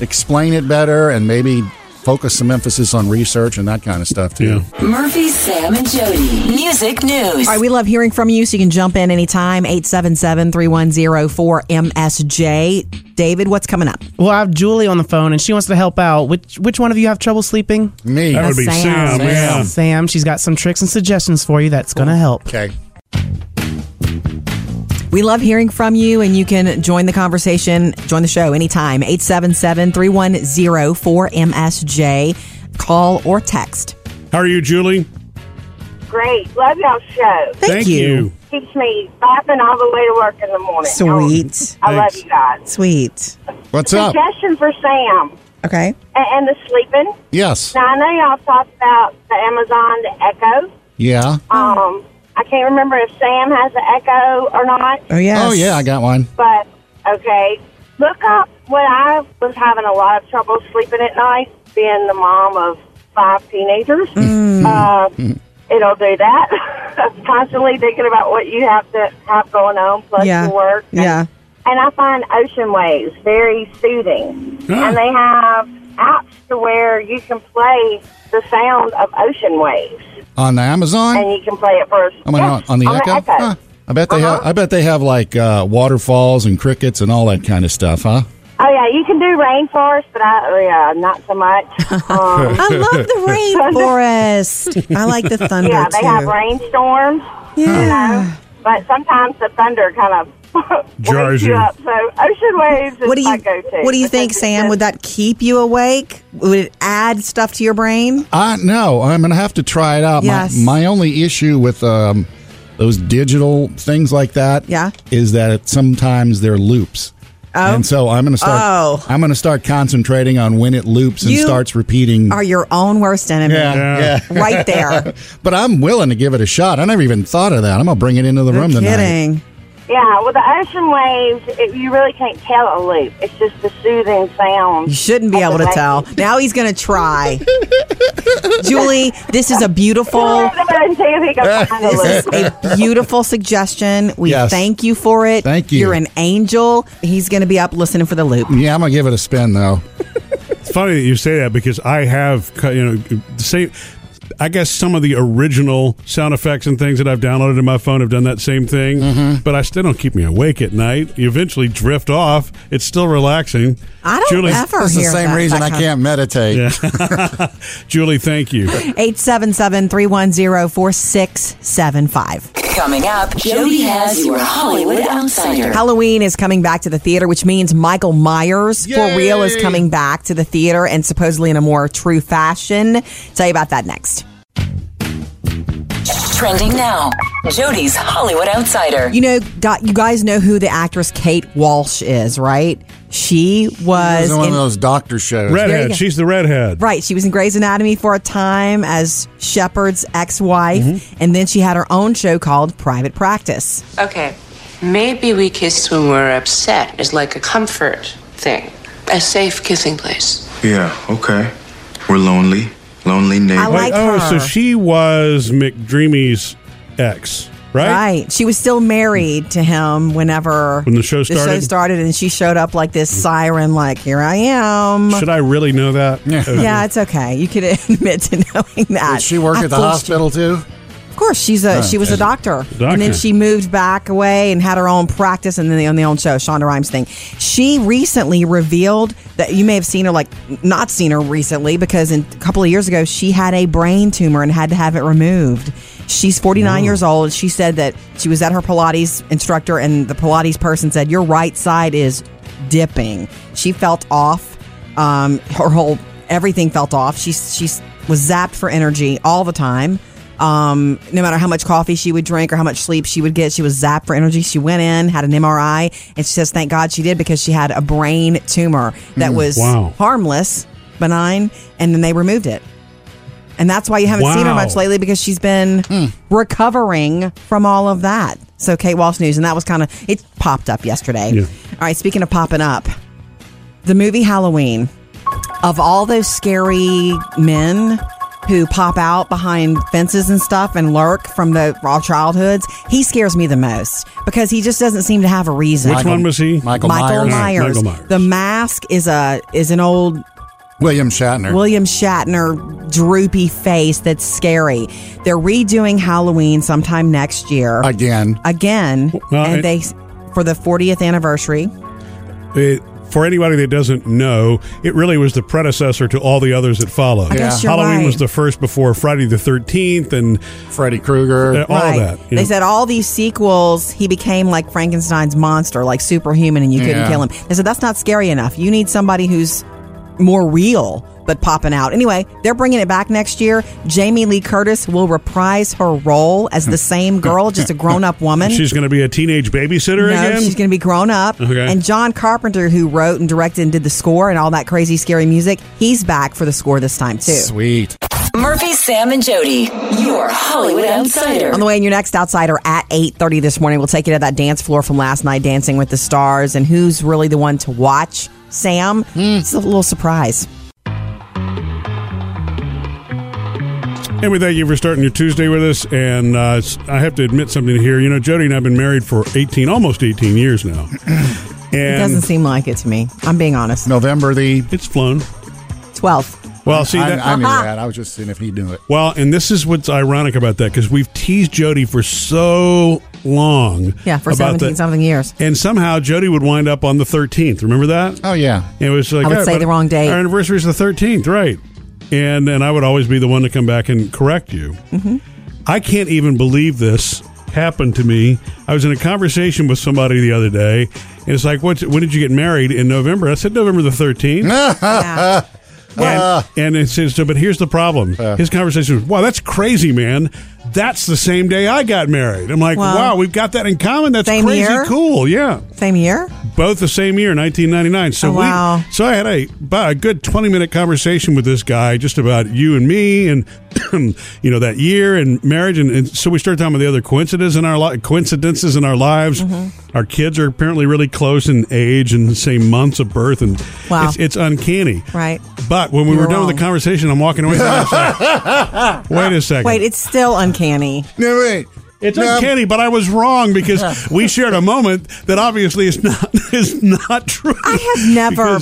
Speaker 3: explain it better and maybe focus some emphasis on research and that kind of stuff too.
Speaker 5: Murphy, Sam, and Jody. Music news.
Speaker 2: All right, we love hearing from you, so you can jump in anytime. 877-310-4MSJ. David, what's coming up?
Speaker 8: Well, I have Julie on the phone and she wants to help out. Which which one of you have trouble sleeping?
Speaker 3: Me.
Speaker 1: That would be
Speaker 2: Sam.
Speaker 1: Sam. yeah.
Speaker 8: Sam, she's got some tricks and suggestions for you that's going to help.
Speaker 3: Okay.
Speaker 2: We love hearing from you, and you can join the conversation, join the show anytime. 877-310-4MSJ. Call or text.
Speaker 1: How are you, Julie?
Speaker 11: Great. Love y'all show.
Speaker 2: Thank, you.
Speaker 11: Keeps me bopping all the way to work in the morning.
Speaker 2: Sweet.
Speaker 11: I love you guys.
Speaker 2: Sweet.
Speaker 3: What's up?
Speaker 11: Suggestion for Sam
Speaker 2: Okay.
Speaker 11: and, and the sleeping.
Speaker 3: Yes.
Speaker 11: Now I know y'all talked about the Amazon, the Echo.
Speaker 3: Yeah.
Speaker 2: Oh.
Speaker 11: Um, I can't remember if Sam has the Echo or not,
Speaker 2: Oh, yes.
Speaker 3: Oh yeah, I got one.
Speaker 11: but okay. Look up when I was having a lot of trouble sleeping at night, being the mom of five teenagers.
Speaker 2: Mm.
Speaker 11: Uh, it'll do that. Constantly thinking about what you have to have going on, plus
Speaker 2: Yeah.
Speaker 11: your work. and
Speaker 2: Yeah.
Speaker 11: and I find ocean waves very soothing.
Speaker 1: Ah.
Speaker 11: And they have apps to where you can play the sound of ocean waves,
Speaker 3: On the Amazon?
Speaker 11: and you can play it first.
Speaker 3: I mean, on, on the Uh-huh. Echo? Huh. I bet they have I bet they have like uh, waterfalls and crickets and all that kind of stuff, huh?
Speaker 11: Oh yeah, you can do rainforest, but I, oh, yeah, not so much. Um,
Speaker 2: I love the rainforest. I like the thunder
Speaker 11: yeah, they have
Speaker 2: too.
Speaker 11: rainstorms,
Speaker 2: Yeah.
Speaker 11: but sometimes the thunder kind of
Speaker 1: Jars
Speaker 11: wakes you
Speaker 1: you.
Speaker 11: up. So ocean waves is
Speaker 2: What do
Speaker 11: my
Speaker 2: you
Speaker 11: go-to.
Speaker 2: What do you think, Sam? Would that keep you awake? Would it add stuff to your brain?
Speaker 3: I no, I'm gonna have to try it out.
Speaker 2: Yes.
Speaker 3: My, my only issue with um, those digital things like that,
Speaker 2: Yeah.
Speaker 3: is that it, sometimes they're loops.
Speaker 2: Oh.
Speaker 3: And so I'm gonna start.
Speaker 2: Oh.
Speaker 3: I'm gonna start concentrating on when it loops and
Speaker 2: You
Speaker 3: starts repeating.
Speaker 2: Are your own worst enemy?
Speaker 3: yeah, yeah.
Speaker 2: Right there.
Speaker 3: but I'm willing to give it a shot. I never even thought of that. I'm gonna bring it into the room tonight.
Speaker 11: Yeah, well, the ocean waves, it, you really can't tell a loop. It's just the soothing sound.
Speaker 2: You shouldn't be able to tell. Now he's going to try. Julie, this is a beautiful. This is a beautiful suggestion. We
Speaker 3: Yes.
Speaker 2: thank you for it.
Speaker 3: Thank you. Mm.
Speaker 2: You're an angel. He's going to be up listening for the loop.
Speaker 3: Yeah, I'm gonna give it a spin though.
Speaker 1: It's funny that you say that because I have, cu- you know, the same. I guess some of the original sound effects and things that I've downloaded to my phone have done that same thing,
Speaker 2: Mm-hmm.
Speaker 1: but I still don't keep me awake at night. You eventually drift off. It's still relaxing.
Speaker 2: I don't
Speaker 1: Julie,
Speaker 2: ever
Speaker 3: That's the
Speaker 2: hear
Speaker 3: same
Speaker 2: that-
Speaker 3: reason
Speaker 2: that
Speaker 3: I
Speaker 2: kind of-
Speaker 3: can't meditate.
Speaker 1: Julie, thank you.
Speaker 2: 877 310 4675.
Speaker 5: Coming up, Jody has your Hollywood Outsider.
Speaker 2: Halloween is coming back to the theater, which means Michael Myers
Speaker 5: Yay!
Speaker 2: for real is coming back to the theater and supposedly in a more true fashion. Tell you about that next.
Speaker 5: Trending now, Jody's Hollywood Outsider.
Speaker 2: You know, got, you guys know who the actress Kate Walsh is, right? She was
Speaker 3: It's one
Speaker 2: in-
Speaker 3: of those doctor shows.
Speaker 2: There you go.
Speaker 1: Redhead. She's the redhead.
Speaker 2: Right. She was in Grey's Anatomy for a time as Shepard's ex wife,
Speaker 1: Mm-hmm.
Speaker 2: and then she had her own show called Private Practice.
Speaker 6: Okay. Maybe we kiss when we're upset is like a comfort thing, a safe kissing place.
Speaker 7: Yeah, okay. We're lonely, lonely neighbor.
Speaker 2: like
Speaker 1: oh, so
Speaker 2: her.
Speaker 1: she was McDreamy's ex, right?
Speaker 2: Right. She was still married to him whenever
Speaker 1: When the show
Speaker 2: The show
Speaker 1: started? Mm-hmm.
Speaker 2: started, and she showed up like this siren, like "Here I am."
Speaker 1: Should I really know that?
Speaker 2: yeah, it's okay. You could admit to knowing that.
Speaker 3: Did she work
Speaker 2: I
Speaker 3: at the
Speaker 2: fooled you.
Speaker 3: hospital too?
Speaker 2: Of course, she's a
Speaker 3: Oh,
Speaker 2: she was a
Speaker 3: okay.
Speaker 2: doctor. and then
Speaker 3: Doctor.
Speaker 2: she moved back away and had her own practice, and then on the own show, Shonda Rhimes thing. She recently revealed that you may have seen her, like not seen her recently, because in, a couple of years ago she had a brain tumor and had to have it removed. She's 49 years old. She said that she was at her Pilates instructor, and the Pilates person said, "Your right side is dipping." She felt off um, her whole everything felt off. She she was zapped for energy all the time. Um, no matter how much coffee she would drink or how much sleep she would get, she was zapped for energy. She went in, had an MRI, and she says, "Thank God she did because she had a brain tumor that
Speaker 1: Mm,
Speaker 2: was
Speaker 1: wow.
Speaker 2: harmless, benign, and then they removed it." And that's why you haven't seen her
Speaker 1: Wow.
Speaker 2: much lately because she's been
Speaker 3: Hmm.
Speaker 2: recovering from all of that. So Kate Walsh news, and that was kind of it popped up yesterday.
Speaker 1: Yeah.
Speaker 2: All right, speaking of popping up, the movie Halloween. Of all those scary men who pop out behind fences and stuff and lurk from the our childhoods, he scares me the most because he just doesn't seem to have a reason.
Speaker 1: Which one was he?
Speaker 3: Michael,
Speaker 2: Michael
Speaker 3: Myers.
Speaker 2: Myers.
Speaker 1: Michael Myers.
Speaker 2: The Mask is a is an old
Speaker 3: William Shatner.
Speaker 2: William Shatner droopy face that's scary. They're redoing Halloween sometime next year
Speaker 3: Again.
Speaker 2: again,
Speaker 1: Well,
Speaker 2: and
Speaker 1: it-
Speaker 2: they for the 40th anniversary.
Speaker 1: It- for anybody that doesn't know, it really was the predecessor to all the others that followed.
Speaker 2: I guess Yeah. you're
Speaker 1: Halloween
Speaker 2: right.
Speaker 1: was the first before Friday the 13th and
Speaker 3: Freddy Krueger.
Speaker 1: uh, all
Speaker 2: right.
Speaker 1: that. you
Speaker 2: They
Speaker 1: know.
Speaker 2: said all these sequels, he became like Frankenstein's monster, like superhuman, and you couldn't
Speaker 3: Yeah.
Speaker 2: kill him. They said that's not scary enough. You need somebody who's more real, but popping out. Anyway, they're bringing it back next year. Jamie Lee Curtis will reprise her role as the same girl, just a grown up woman.
Speaker 1: she's going to be a teenage babysitter
Speaker 2: no,
Speaker 1: again?
Speaker 2: she's going to be grown up.
Speaker 1: Okay.
Speaker 2: And John Carpenter, who wrote and directed and did the score and all that crazy, scary music, he's back for the score this time too.
Speaker 3: Sweet.
Speaker 5: Murphy, Sam, and Jody, your Hollywood Outsider.
Speaker 2: On the way in your next outsider at 8:30 this morning, we'll take you to that dance floor from last night dancing with the stars and who's really the one to watch. Sam,
Speaker 1: Hmm.
Speaker 2: it's a little surprise.
Speaker 1: And we thank you for starting your Tuesday with us. And uh, s- I have to admit something here. You know, Jody and I have been married for 18, almost 18 years now.
Speaker 2: It
Speaker 1: And
Speaker 2: doesn't seem like it to me. I'm being honest.
Speaker 3: November the.
Speaker 1: it's flown.
Speaker 2: 12.
Speaker 1: Well, see, that,
Speaker 3: I, I knew
Speaker 2: Uh-huh.
Speaker 3: that. I was just seeing if he knew it.
Speaker 1: Well, and this is what's ironic about that because we've teased Jody for so long.
Speaker 2: Yeah, for
Speaker 1: about
Speaker 2: 17
Speaker 1: that.
Speaker 2: something years.
Speaker 1: And somehow Jody would wind up on the 13th. Remember that?
Speaker 3: Oh, yeah.
Speaker 1: It was like
Speaker 2: I would
Speaker 1: "Oh,
Speaker 2: say
Speaker 1: but
Speaker 2: the wrong date."
Speaker 1: Our anniversary is the 13th, right? And and I would always be the one to come back and correct you. Mm-hmm. I can't even believe this happened to me. I was in a conversation with somebody the other day, and it's like, "What? When did you get married?" In November. I said November the thirteenth. And, and it says, so, but here's the problem. His conversation was, wow, that's crazy, man. That's the same day I got married. I'm like,
Speaker 2: Wow.
Speaker 1: wow, we've got that in common. That's
Speaker 2: Same
Speaker 1: crazy
Speaker 2: year?
Speaker 1: cool. Yeah.
Speaker 2: Same year?
Speaker 1: Both the same year, 1999. So
Speaker 2: Oh, wow.
Speaker 1: we, so I had a about a good 20 minute conversation with this guy just about you and me and you know that year and marriage and, and so we started talking about the other coincidences in our li- coincidences in our lives.
Speaker 2: Mm-hmm.
Speaker 1: Our kids are apparently really close in age and the same months of birth and
Speaker 2: Wow.
Speaker 1: it's, it's uncanny.
Speaker 2: Right.
Speaker 1: But when we
Speaker 2: You
Speaker 1: were
Speaker 2: were
Speaker 1: done with the conversation, I'm walking away. from that. Wait a second.
Speaker 2: Wait, it's still uncanny.
Speaker 3: No, wait.
Speaker 1: It's uncanny, but I was wrong because we shared a moment that obviously is not is not true.
Speaker 2: I have never,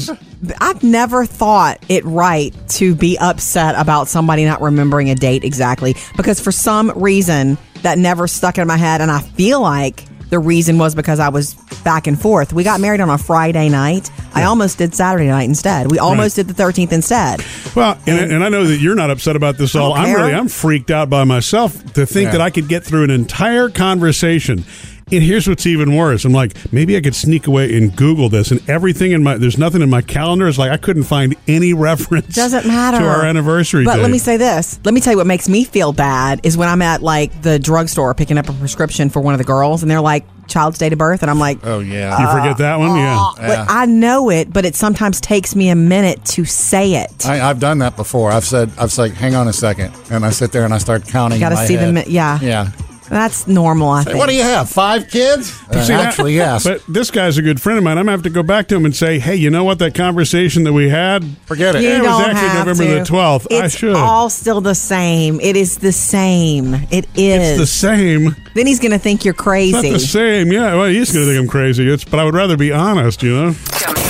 Speaker 2: I've never thought it right to be upset about somebody not remembering a date exactly because for some reason that never stuck in my head, and I feel like the reason was because I was back and forth. We got married on a Friday night. I almost did Saturday night instead. We almost did the thirteenth instead.
Speaker 1: Well, and, and I know that you're not upset about this all.
Speaker 2: don't
Speaker 1: I'm
Speaker 2: care.
Speaker 1: really I'm freaked out by myself to think
Speaker 3: Yeah.
Speaker 1: that I could get through an entire conversation. And here's what's even worse. I'm like, maybe I could sneak away and Google this, and everything in my there's nothing in my calendar. It's like I couldn't find any reference.
Speaker 2: Doesn't matter
Speaker 1: to our anniversary.
Speaker 2: But let
Speaker 1: date.
Speaker 2: me say this. Let me tell you what makes me feel bad is when I'm at like the drugstore picking up a prescription for one of the girls, and they're like child's date of birth, and I'm like,
Speaker 3: Oh,
Speaker 2: Uh-huh.
Speaker 3: yeah.
Speaker 1: you forget that one, yeah.
Speaker 2: But I know it, but it sometimes takes me a minute to say it.
Speaker 3: I, I've done that before. I've said, I've said, hang on a second. And I sit there and I start counting.
Speaker 2: You got to see
Speaker 3: them.
Speaker 2: them. Yeah,
Speaker 3: Yeah.
Speaker 2: that's normal. I
Speaker 3: Hey,
Speaker 2: think.
Speaker 3: what do you have? Five kids? Uh,
Speaker 1: See, that-
Speaker 3: actually, yes.
Speaker 1: But this guy's a good friend of mine. I'm gonna have to go back to him and say, "Hey, you know what? That conversation that we had,
Speaker 3: Forget it.
Speaker 2: You
Speaker 1: Yeah, it was
Speaker 2: don't
Speaker 1: actually
Speaker 2: have
Speaker 1: November
Speaker 2: to.
Speaker 1: the 12th. I
Speaker 2: It's
Speaker 1: should.
Speaker 2: all still the same. It is the same. It
Speaker 1: It's
Speaker 2: is.
Speaker 1: the same.
Speaker 2: then he's going to think you're
Speaker 1: It's not
Speaker 2: crazy.
Speaker 1: the same. Yeah. Well, he's gonna think I'm crazy. It's, but I would rather be honest. You know.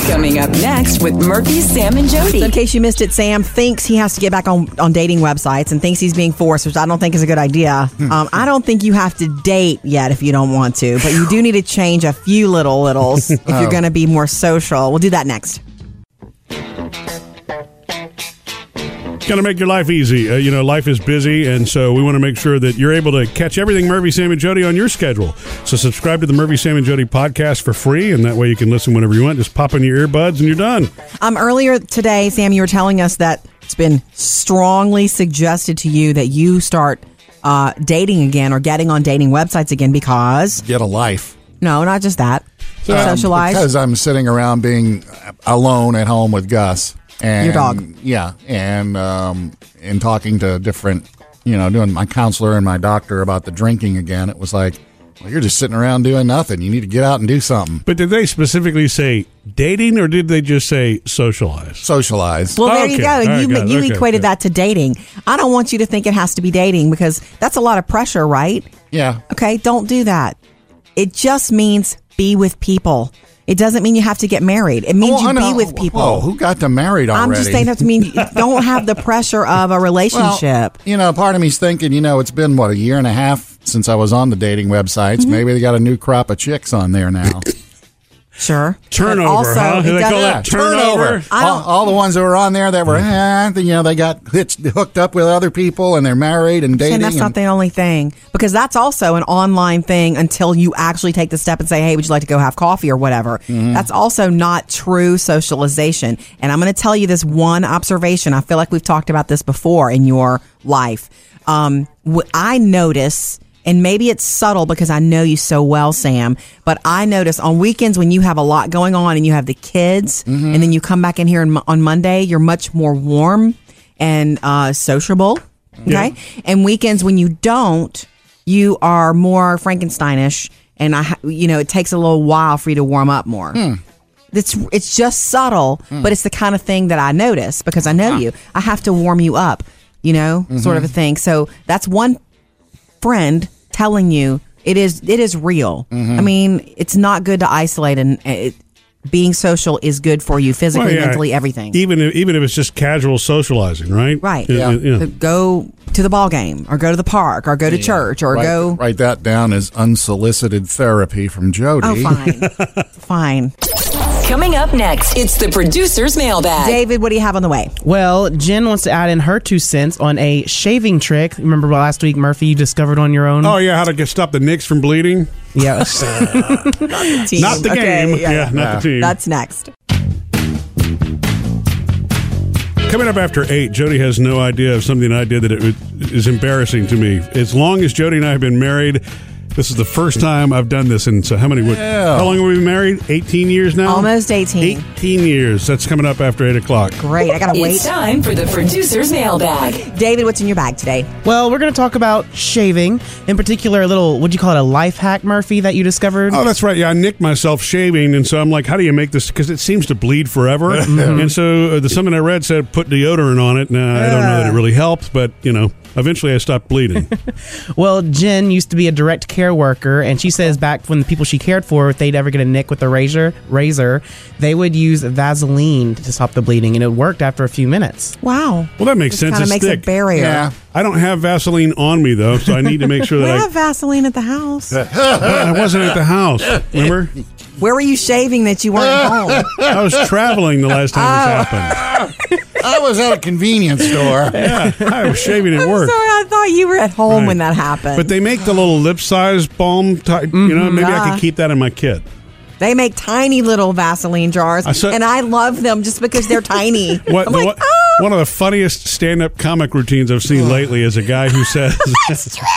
Speaker 5: Coming up next with Murphy, Sam, and
Speaker 2: So
Speaker 5: Jody.
Speaker 2: in case you missed it, Sam thinks he has to get back on, on dating websites and thinks he's being forced, which I don't think is a good idea.
Speaker 1: Hmm.
Speaker 2: Um, I don't think you have to date yet if you don't want to, but you do need to change a few little littles if
Speaker 1: Oh.
Speaker 2: you're going to be more social. We'll do that next.
Speaker 1: Gonna make your life easy. Uh, you know, life is busy, and so we want to make sure that you're able to catch everything Murphy, Sam, and Jody on your schedule. So subscribe to the Murphy, Sam, and Jody podcast for free, and that way you can listen whenever you want. Just pop in your earbuds, and you're done.
Speaker 2: Um, earlier today, Sam, you were telling us that it's been strongly suggested to you that you start uh, dating again or getting on dating websites again because
Speaker 3: Get a life.
Speaker 2: no, not just that.
Speaker 3: Um,
Speaker 2: Socialize.
Speaker 3: Because I'm sitting around being alone at home with Gus. And,
Speaker 2: Your dog.
Speaker 3: Yeah. And, um, and talking to different, you know, doing my counselor and my doctor about the drinking again. It was like, well, you're just sitting around doing nothing. You need to get out and do something.
Speaker 1: But did they specifically say dating, or did they just say socialize?
Speaker 3: Socialize.
Speaker 2: Well, there
Speaker 1: Okay.
Speaker 2: you go.
Speaker 1: All right,
Speaker 2: You,
Speaker 1: got it.
Speaker 2: you
Speaker 1: Okay,
Speaker 2: equated
Speaker 1: okay.
Speaker 2: that to dating. I don't want you to think it has to be dating because that's a lot of pressure, right?
Speaker 3: Yeah.
Speaker 2: Okay, don't do that. It just means be with people. It doesn't mean you have to get married. It means
Speaker 3: Oh, I
Speaker 2: you
Speaker 3: know.
Speaker 2: be with people.
Speaker 3: Whoa, who got to married already?
Speaker 2: I'm just saying that means you don't have the pressure of a
Speaker 3: Well,
Speaker 2: relationship.
Speaker 3: you know, part of me's thinking, you know, it's been what a year and a half since I was on the dating websites.
Speaker 2: Mm-hmm.
Speaker 3: Maybe they got a new crop of chicks on there now.
Speaker 2: sure. But
Speaker 1: Turnover,
Speaker 2: also,
Speaker 1: huh?
Speaker 2: it
Speaker 1: Do they
Speaker 2: does-
Speaker 1: call that turnover?
Speaker 2: I
Speaker 3: All,
Speaker 2: don't- Mm-hmm.
Speaker 3: all the ones that were on there that were, eh, you know, they got hitched, hooked up with other people and they're married and dating.
Speaker 2: And that's not
Speaker 3: and-
Speaker 2: the only thing because that's also an online thing until you actually take the step and say, "Hey, would you like to go have coffee or whatever?" That's also not true socialization. And I'm going to tell you this one observation. I feel like we've talked about this before in your life. Um, wh- I notice. And maybe it's subtle because I know you so well, Sam. But I notice on weekends when you have a lot going on and you have the kids, and then you come back in here on, Mo- on Monday, you're much more warm and uh, sociable. Okay. And weekends when you don't, you are more Frankensteinish, and I, ha- you know, it takes a little while for you to warm up more.
Speaker 1: Hmm.
Speaker 2: It's it's just subtle, but it's the kind of thing that I notice because I know you. I have to warm you up, you know,
Speaker 1: Mm-hmm.
Speaker 2: sort of a thing. So that's one friend telling you it is it is real.
Speaker 1: Mm-hmm.
Speaker 2: I mean, it's not good to isolate, and uh, it, being social is good for you physically,
Speaker 1: Well, yeah.
Speaker 2: mentally, everything.
Speaker 1: Even if, even if it's just casual socializing, right?
Speaker 2: Right.
Speaker 1: Yeah. yeah.
Speaker 2: So Go to the ball game, or go to the park, or go to church, or
Speaker 3: write,
Speaker 2: go.
Speaker 3: write that down as unsolicited therapy from Jody.
Speaker 2: Oh, fine, fine.
Speaker 5: Coming up next, it's the producer's mailbag.
Speaker 2: David, what do you have on the way?
Speaker 8: Well, Jen wants to add in her two cents on a shaving trick. Remember last week, Murphy, you discovered on your own?
Speaker 1: Oh yeah, how to get, stop the Knicks from bleeding?
Speaker 8: Yeah,
Speaker 2: Team.
Speaker 1: not the
Speaker 2: Okay,
Speaker 1: game. yeah, not the team.
Speaker 2: That's next.
Speaker 1: Coming up after eight, Jody has no idea of something I did that it would- is embarrassing to me. As long as Jody and I have been married, this is the first time I've done this. And so, how many? Would,
Speaker 3: Yeah.
Speaker 1: how long have we been married? Eighteen years now.
Speaker 2: Almost 18.
Speaker 1: Eighteen years. That's coming up after eight o'clock.
Speaker 2: Great. I got to wait.
Speaker 5: It's time for the producer's mailbag.
Speaker 2: David, what's in your bag today?
Speaker 8: Well, we're going to talk about shaving, in particular, a little, what do you call it, a life hack, Murphy, that you discovered?
Speaker 1: Oh, that's right. Yeah, I nicked myself shaving, and so I'm like, how do you make this? Because it seems to bleed forever. And so uh, the something I read said put deodorant on it. Now I don't know that it really helped, but you know, eventually I stopped bleeding.
Speaker 8: Well, Jen used to be a direct care worker, and she says back when the people she cared for, if they'd ever get a nick with a razor, razor, they would use Vaseline to stop the bleeding, and it worked after a few minutes.
Speaker 2: Wow.
Speaker 1: Well, that makes
Speaker 2: This
Speaker 1: sense.
Speaker 2: kinda
Speaker 1: It's
Speaker 2: makes a
Speaker 1: thick.
Speaker 2: barrier. Yeah.
Speaker 1: I don't have Vaseline on me though, so I need to make sure
Speaker 2: We
Speaker 1: that
Speaker 2: have Vaseline at the house.
Speaker 1: I, I wasn't at the house. Remember,
Speaker 2: Where were you shaving that you weren't home?
Speaker 1: I was traveling the last time
Speaker 2: Oh.
Speaker 1: this happened.
Speaker 3: I was at a convenience store.
Speaker 1: Yeah, I was shaving at work.
Speaker 2: Sorry, I thought you were at home
Speaker 1: Right.
Speaker 2: when that happened.
Speaker 1: But they make the little lip size balm type. you know, maybe I
Speaker 2: Mm-hmm. Yeah.
Speaker 1: could keep that in my kit.
Speaker 2: They make tiny little Vaseline jars,
Speaker 1: I saw-
Speaker 2: and I love them just because they're tiny.
Speaker 1: What,
Speaker 2: I'm
Speaker 1: the,
Speaker 2: like,
Speaker 1: what-
Speaker 2: oh,
Speaker 1: One of the funniest stand-up comic routines I've seen lately is a guy who says,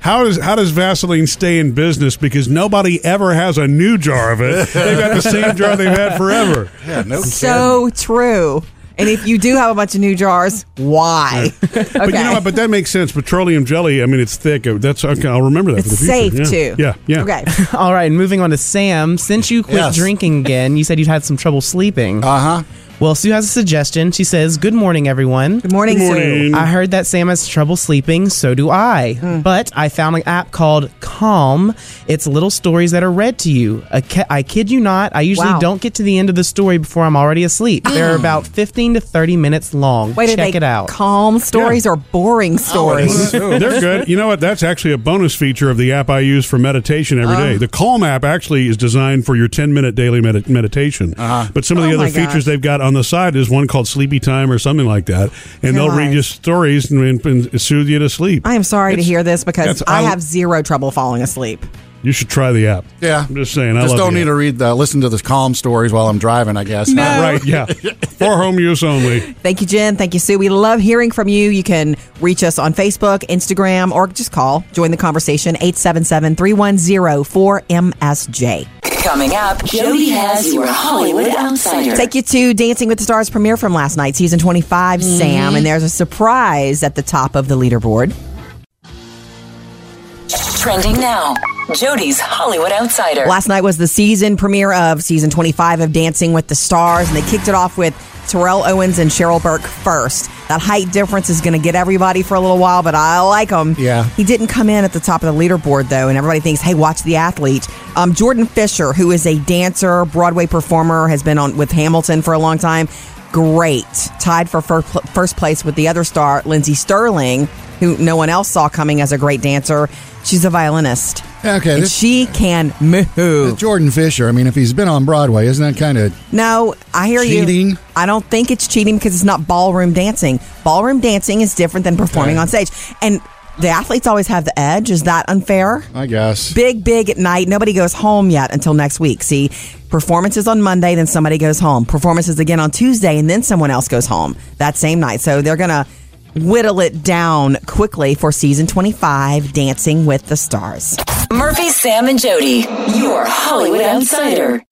Speaker 1: "How does how does Vaseline stay in business? Because nobody ever has a new jar of it. They've got the same jar they've had forever."
Speaker 3: Yeah, no
Speaker 2: so true. And if you do have a bunch of new jars, why? okay.
Speaker 1: But you know what? But that makes sense. Petroleum jelly. I mean, it's thick. That's okay. I'll remember that
Speaker 2: it's
Speaker 1: for the future. yeah.
Speaker 2: safe too.
Speaker 1: Yeah, yeah.
Speaker 2: Okay.
Speaker 8: All right, and moving on to Sam, since you quit
Speaker 3: Yes.
Speaker 8: drinking again, you said you'd had some trouble sleeping.
Speaker 3: Uh huh.
Speaker 8: Well, Sue has a suggestion. She says, Good morning, everyone.
Speaker 2: Good morning,
Speaker 1: Good
Speaker 2: Sue.
Speaker 1: morning.
Speaker 8: I heard that Sam has trouble sleeping, so do I.
Speaker 2: Hmm.
Speaker 8: But I found an app called Calm. It's little stories that are read to you. I, ki- I kid you not, I usually
Speaker 2: Wow.
Speaker 8: don't get to the end of the story before I'm already asleep. They're about 15 to 30 minutes long.
Speaker 2: Wait, are
Speaker 8: Check
Speaker 2: they
Speaker 8: it out.
Speaker 2: calm stories or
Speaker 1: Oh,
Speaker 2: boring stories?
Speaker 1: They're good. You know what? That's actually a bonus feature of the app I use for meditation
Speaker 2: Oh.
Speaker 1: every day. The Calm app actually is designed for your 10 minute daily medi- meditation. But some of the
Speaker 2: Oh
Speaker 1: other
Speaker 2: my
Speaker 1: features
Speaker 2: gosh.
Speaker 1: they've got on the side is one called Sleepy Time or something like that. And they'll read
Speaker 2: Nice.
Speaker 1: you stories and, and soothe you to sleep.
Speaker 2: I am sorry to
Speaker 1: It's-
Speaker 2: hear this because
Speaker 1: that's-
Speaker 2: I
Speaker 1: I-
Speaker 2: have zero trouble falling asleep.
Speaker 1: You should try the app.
Speaker 3: Yeah.
Speaker 1: I'm just saying. I
Speaker 3: Just
Speaker 1: love
Speaker 3: don't
Speaker 1: the
Speaker 3: need to
Speaker 1: app.
Speaker 3: read the listen to the calm stories while I'm driving. I guess.
Speaker 2: No.
Speaker 1: Right, yeah. For home use only.
Speaker 2: Thank you, Jen. Thank you, Sue. We love hearing from you. You can reach us on Facebook, Instagram, or just call. Join the conversation 877 310 4MSJ.
Speaker 5: Coming up, Jody has your Hollywood Outsider.
Speaker 2: Take you to Dancing with the Stars premiere from last night, season 25, Sam. And there's a surprise at the top of the leaderboard.
Speaker 5: Trending now, Jody's Hollywood Outsider.
Speaker 2: Last night was the season premiere of season 25 of Dancing with the Stars, and they kicked it off with Terrell Owens and Cheryl Burke first. That height difference is going to get everybody for a little while, but I like him.
Speaker 3: Yeah.
Speaker 2: He didn't come in at the top of the leaderboard, though, and everybody thinks, hey, watch the athlete. Um, Jordan Fisher, who is a dancer, Broadway performer, has been on with Hamilton for a long time. Great. Tied for fir- first place with the other star, Lindsay Sterling, who no one else saw coming as a great dancer. She's a violinist.
Speaker 3: Okay.
Speaker 2: And
Speaker 3: this-
Speaker 2: she can move.
Speaker 3: Jordan Fisher. I mean, if he's been on Broadway, isn't that kind of
Speaker 2: No, I hear you.
Speaker 3: Cheating?
Speaker 2: I don't think it's cheating because it's not ballroom dancing. Ballroom dancing is different than performing
Speaker 3: Okay.
Speaker 2: on stage. And the athletes always have the edge. Is that unfair?
Speaker 3: I guess.
Speaker 2: Big, big at night. Nobody goes home yet until next week. See, performances on Monday, then somebody goes home. Performances again on Tuesday, and then someone else goes home that same night. So they're going to whittle it down quickly for season 25, Dancing with the Stars.
Speaker 5: Murphy, Sam, and Jody, your Hollywood Outsider.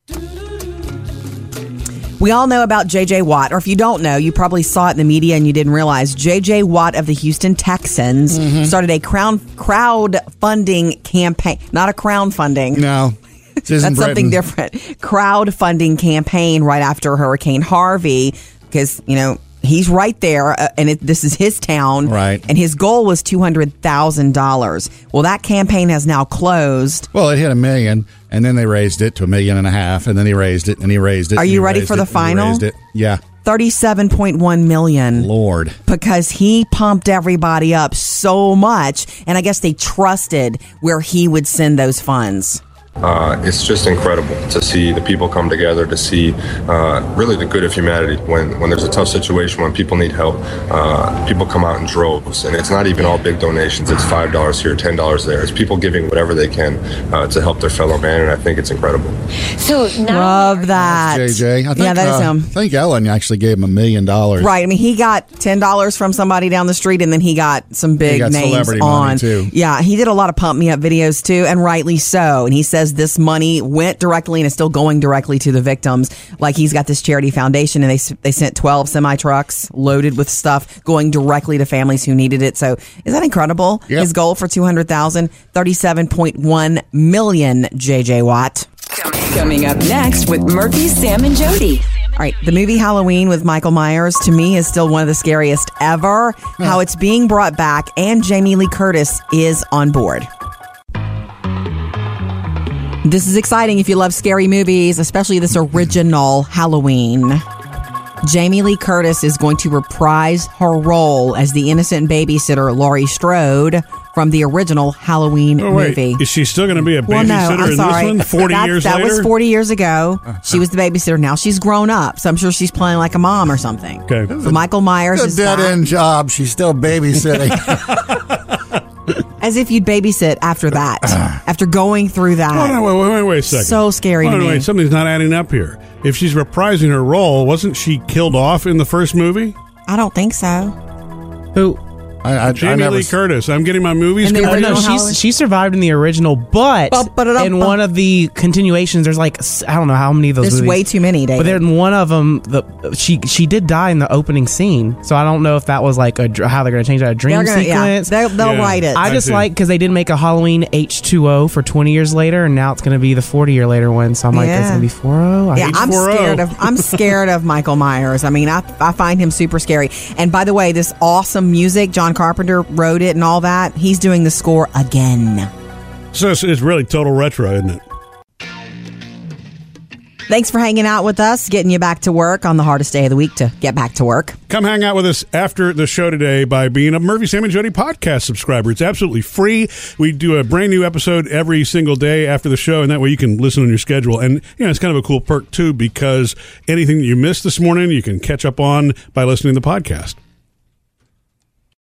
Speaker 2: We all know about JJ Watt, or if you don't know, you probably saw it in the media and you didn't realize JJ Watt of the Houston Texans
Speaker 3: Mm-hmm.
Speaker 2: started a crown crowdfunding campaign, not a crowdfunding.
Speaker 3: No. This isn't
Speaker 2: That's something
Speaker 3: Britain.
Speaker 2: different. Crowdfunding campaign right after Hurricane Harvey because, you know, he's right there uh, and it, this is his town.
Speaker 3: Right.
Speaker 2: And his goal was $200,000. Well, that campaign has now closed.
Speaker 3: Well, it hit a million, and then they raised it to a million and a half, and then he raised it, and he raised it.
Speaker 2: Are
Speaker 3: and
Speaker 2: you
Speaker 3: he
Speaker 2: ready
Speaker 3: raised
Speaker 2: for the
Speaker 3: it, and he
Speaker 2: final?
Speaker 3: raised it. Yeah,
Speaker 2: 37.1 million.
Speaker 3: Lord.
Speaker 2: because he pumped everybody up so much and i guess they trusted where he would send those funds
Speaker 12: Uh, it's just incredible to see the people come together, to see uh, really the good of humanity. When, when there's a tough situation, when people need help, uh, people come out in droves. And it's not even all big donations. It's $5 here, $10 there. It's people giving whatever they can uh, to help their fellow man. And I think it's incredible.
Speaker 2: So love that,
Speaker 3: JJ. I think,
Speaker 2: yeah, that is
Speaker 3: uh,
Speaker 2: him.
Speaker 3: I think Ellen actually gave him a million dollars.
Speaker 2: Right. I mean, he got ten dollars from somebody down the street, and then he got some big
Speaker 3: got
Speaker 2: names
Speaker 3: celebrity
Speaker 2: on.
Speaker 3: money, too.
Speaker 2: Yeah, he did a lot of pump me up videos too, and rightly so. And he says this money went directly and is still going directly to the victims. Like he's got this charity foundation, and they s- they sent twelve semi trucks loaded with stuff going directly to families who needed it. So is that incredible? His goal for two hundred thousand, thirty seven point one million. JJ Watt.
Speaker 5: Coming up next with Murphy, Sam, and Jody.
Speaker 2: All right, the movie Halloween with Michael Myers to me is still one of the scariest ever. How it's being brought back and Jamie Lee Curtis is on board. This is exciting if you love scary movies, especially this original Halloween. Jamie Lee Curtis is going to reprise her role as the innocent babysitter Laurie Strode from the original Halloween
Speaker 1: Oh, wait.
Speaker 2: movie.
Speaker 1: Is she still going to be a babysitter
Speaker 2: Well, no,
Speaker 1: in
Speaker 2: I'm sorry.
Speaker 1: this one? 40
Speaker 2: that,
Speaker 1: years
Speaker 2: that
Speaker 1: later? Uh-huh.
Speaker 2: was 40 years ago. She was the babysitter. Now she's grown up, so I'm sure she's playing like a mom or something.
Speaker 1: Okay.
Speaker 2: So Michael Myers
Speaker 3: It's
Speaker 2: is
Speaker 3: a dead
Speaker 2: back.
Speaker 3: end job. She's still babysitting.
Speaker 2: As if you'd babysit after that, after going through that.
Speaker 1: Oh, no, wait, wait, wait, wait a second.
Speaker 2: So scary
Speaker 1: Wait,
Speaker 2: to me.
Speaker 1: wait, something's not adding up here. If she's reprising her role, wasn't she killed off in the first movie?
Speaker 2: I don't think so.
Speaker 8: Who?
Speaker 3: I, I,
Speaker 1: Jamie Lee Curtis. I'm getting my movies.
Speaker 8: Oh,
Speaker 1: confused.
Speaker 8: no, she's, she survived in the original, but
Speaker 2: Ba- ba- da- da-
Speaker 8: in
Speaker 2: ba-
Speaker 8: one of the continuations, there's like s- I don't know how many of those.
Speaker 2: There's
Speaker 8: movies.
Speaker 2: way too many, David.
Speaker 8: But then one of them, the she she did die in the opening scene, so I don't know if that was like a dr- how they're going to change that a dream
Speaker 2: They're gonna- yeah.
Speaker 8: sequence.
Speaker 2: They'll- they'll Yeah, write it.
Speaker 8: I
Speaker 2: I
Speaker 8: just
Speaker 2: see.
Speaker 8: like because they did make a Halloween H two O for 20 years later, and now it's going to be the 40 year later one. So I'm like,
Speaker 2: Yeah.
Speaker 8: it's going to be oh? 40.
Speaker 2: yeah, I'm
Speaker 1: oh.
Speaker 2: scared of I'm scared of Michael Myers. I mean, I, I find him super scary. And by the way, this awesome music, John Carpenter wrote it and all that. He's doing the score again.
Speaker 1: So it's, it's really total retro, isn't it?
Speaker 2: Thanks for hanging out with us, getting you back to work on the hardest day of the week to get back to work.
Speaker 1: Come hang out with us after the show today by being a Murphy, Sam, and Jody podcast subscriber. It's absolutely free. We do a brand new episode every single day after the show, and that way you can listen on your schedule. And, you know, it's kind of a cool perk, too, because anything that you missed this morning, you can catch up on by listening to the podcast.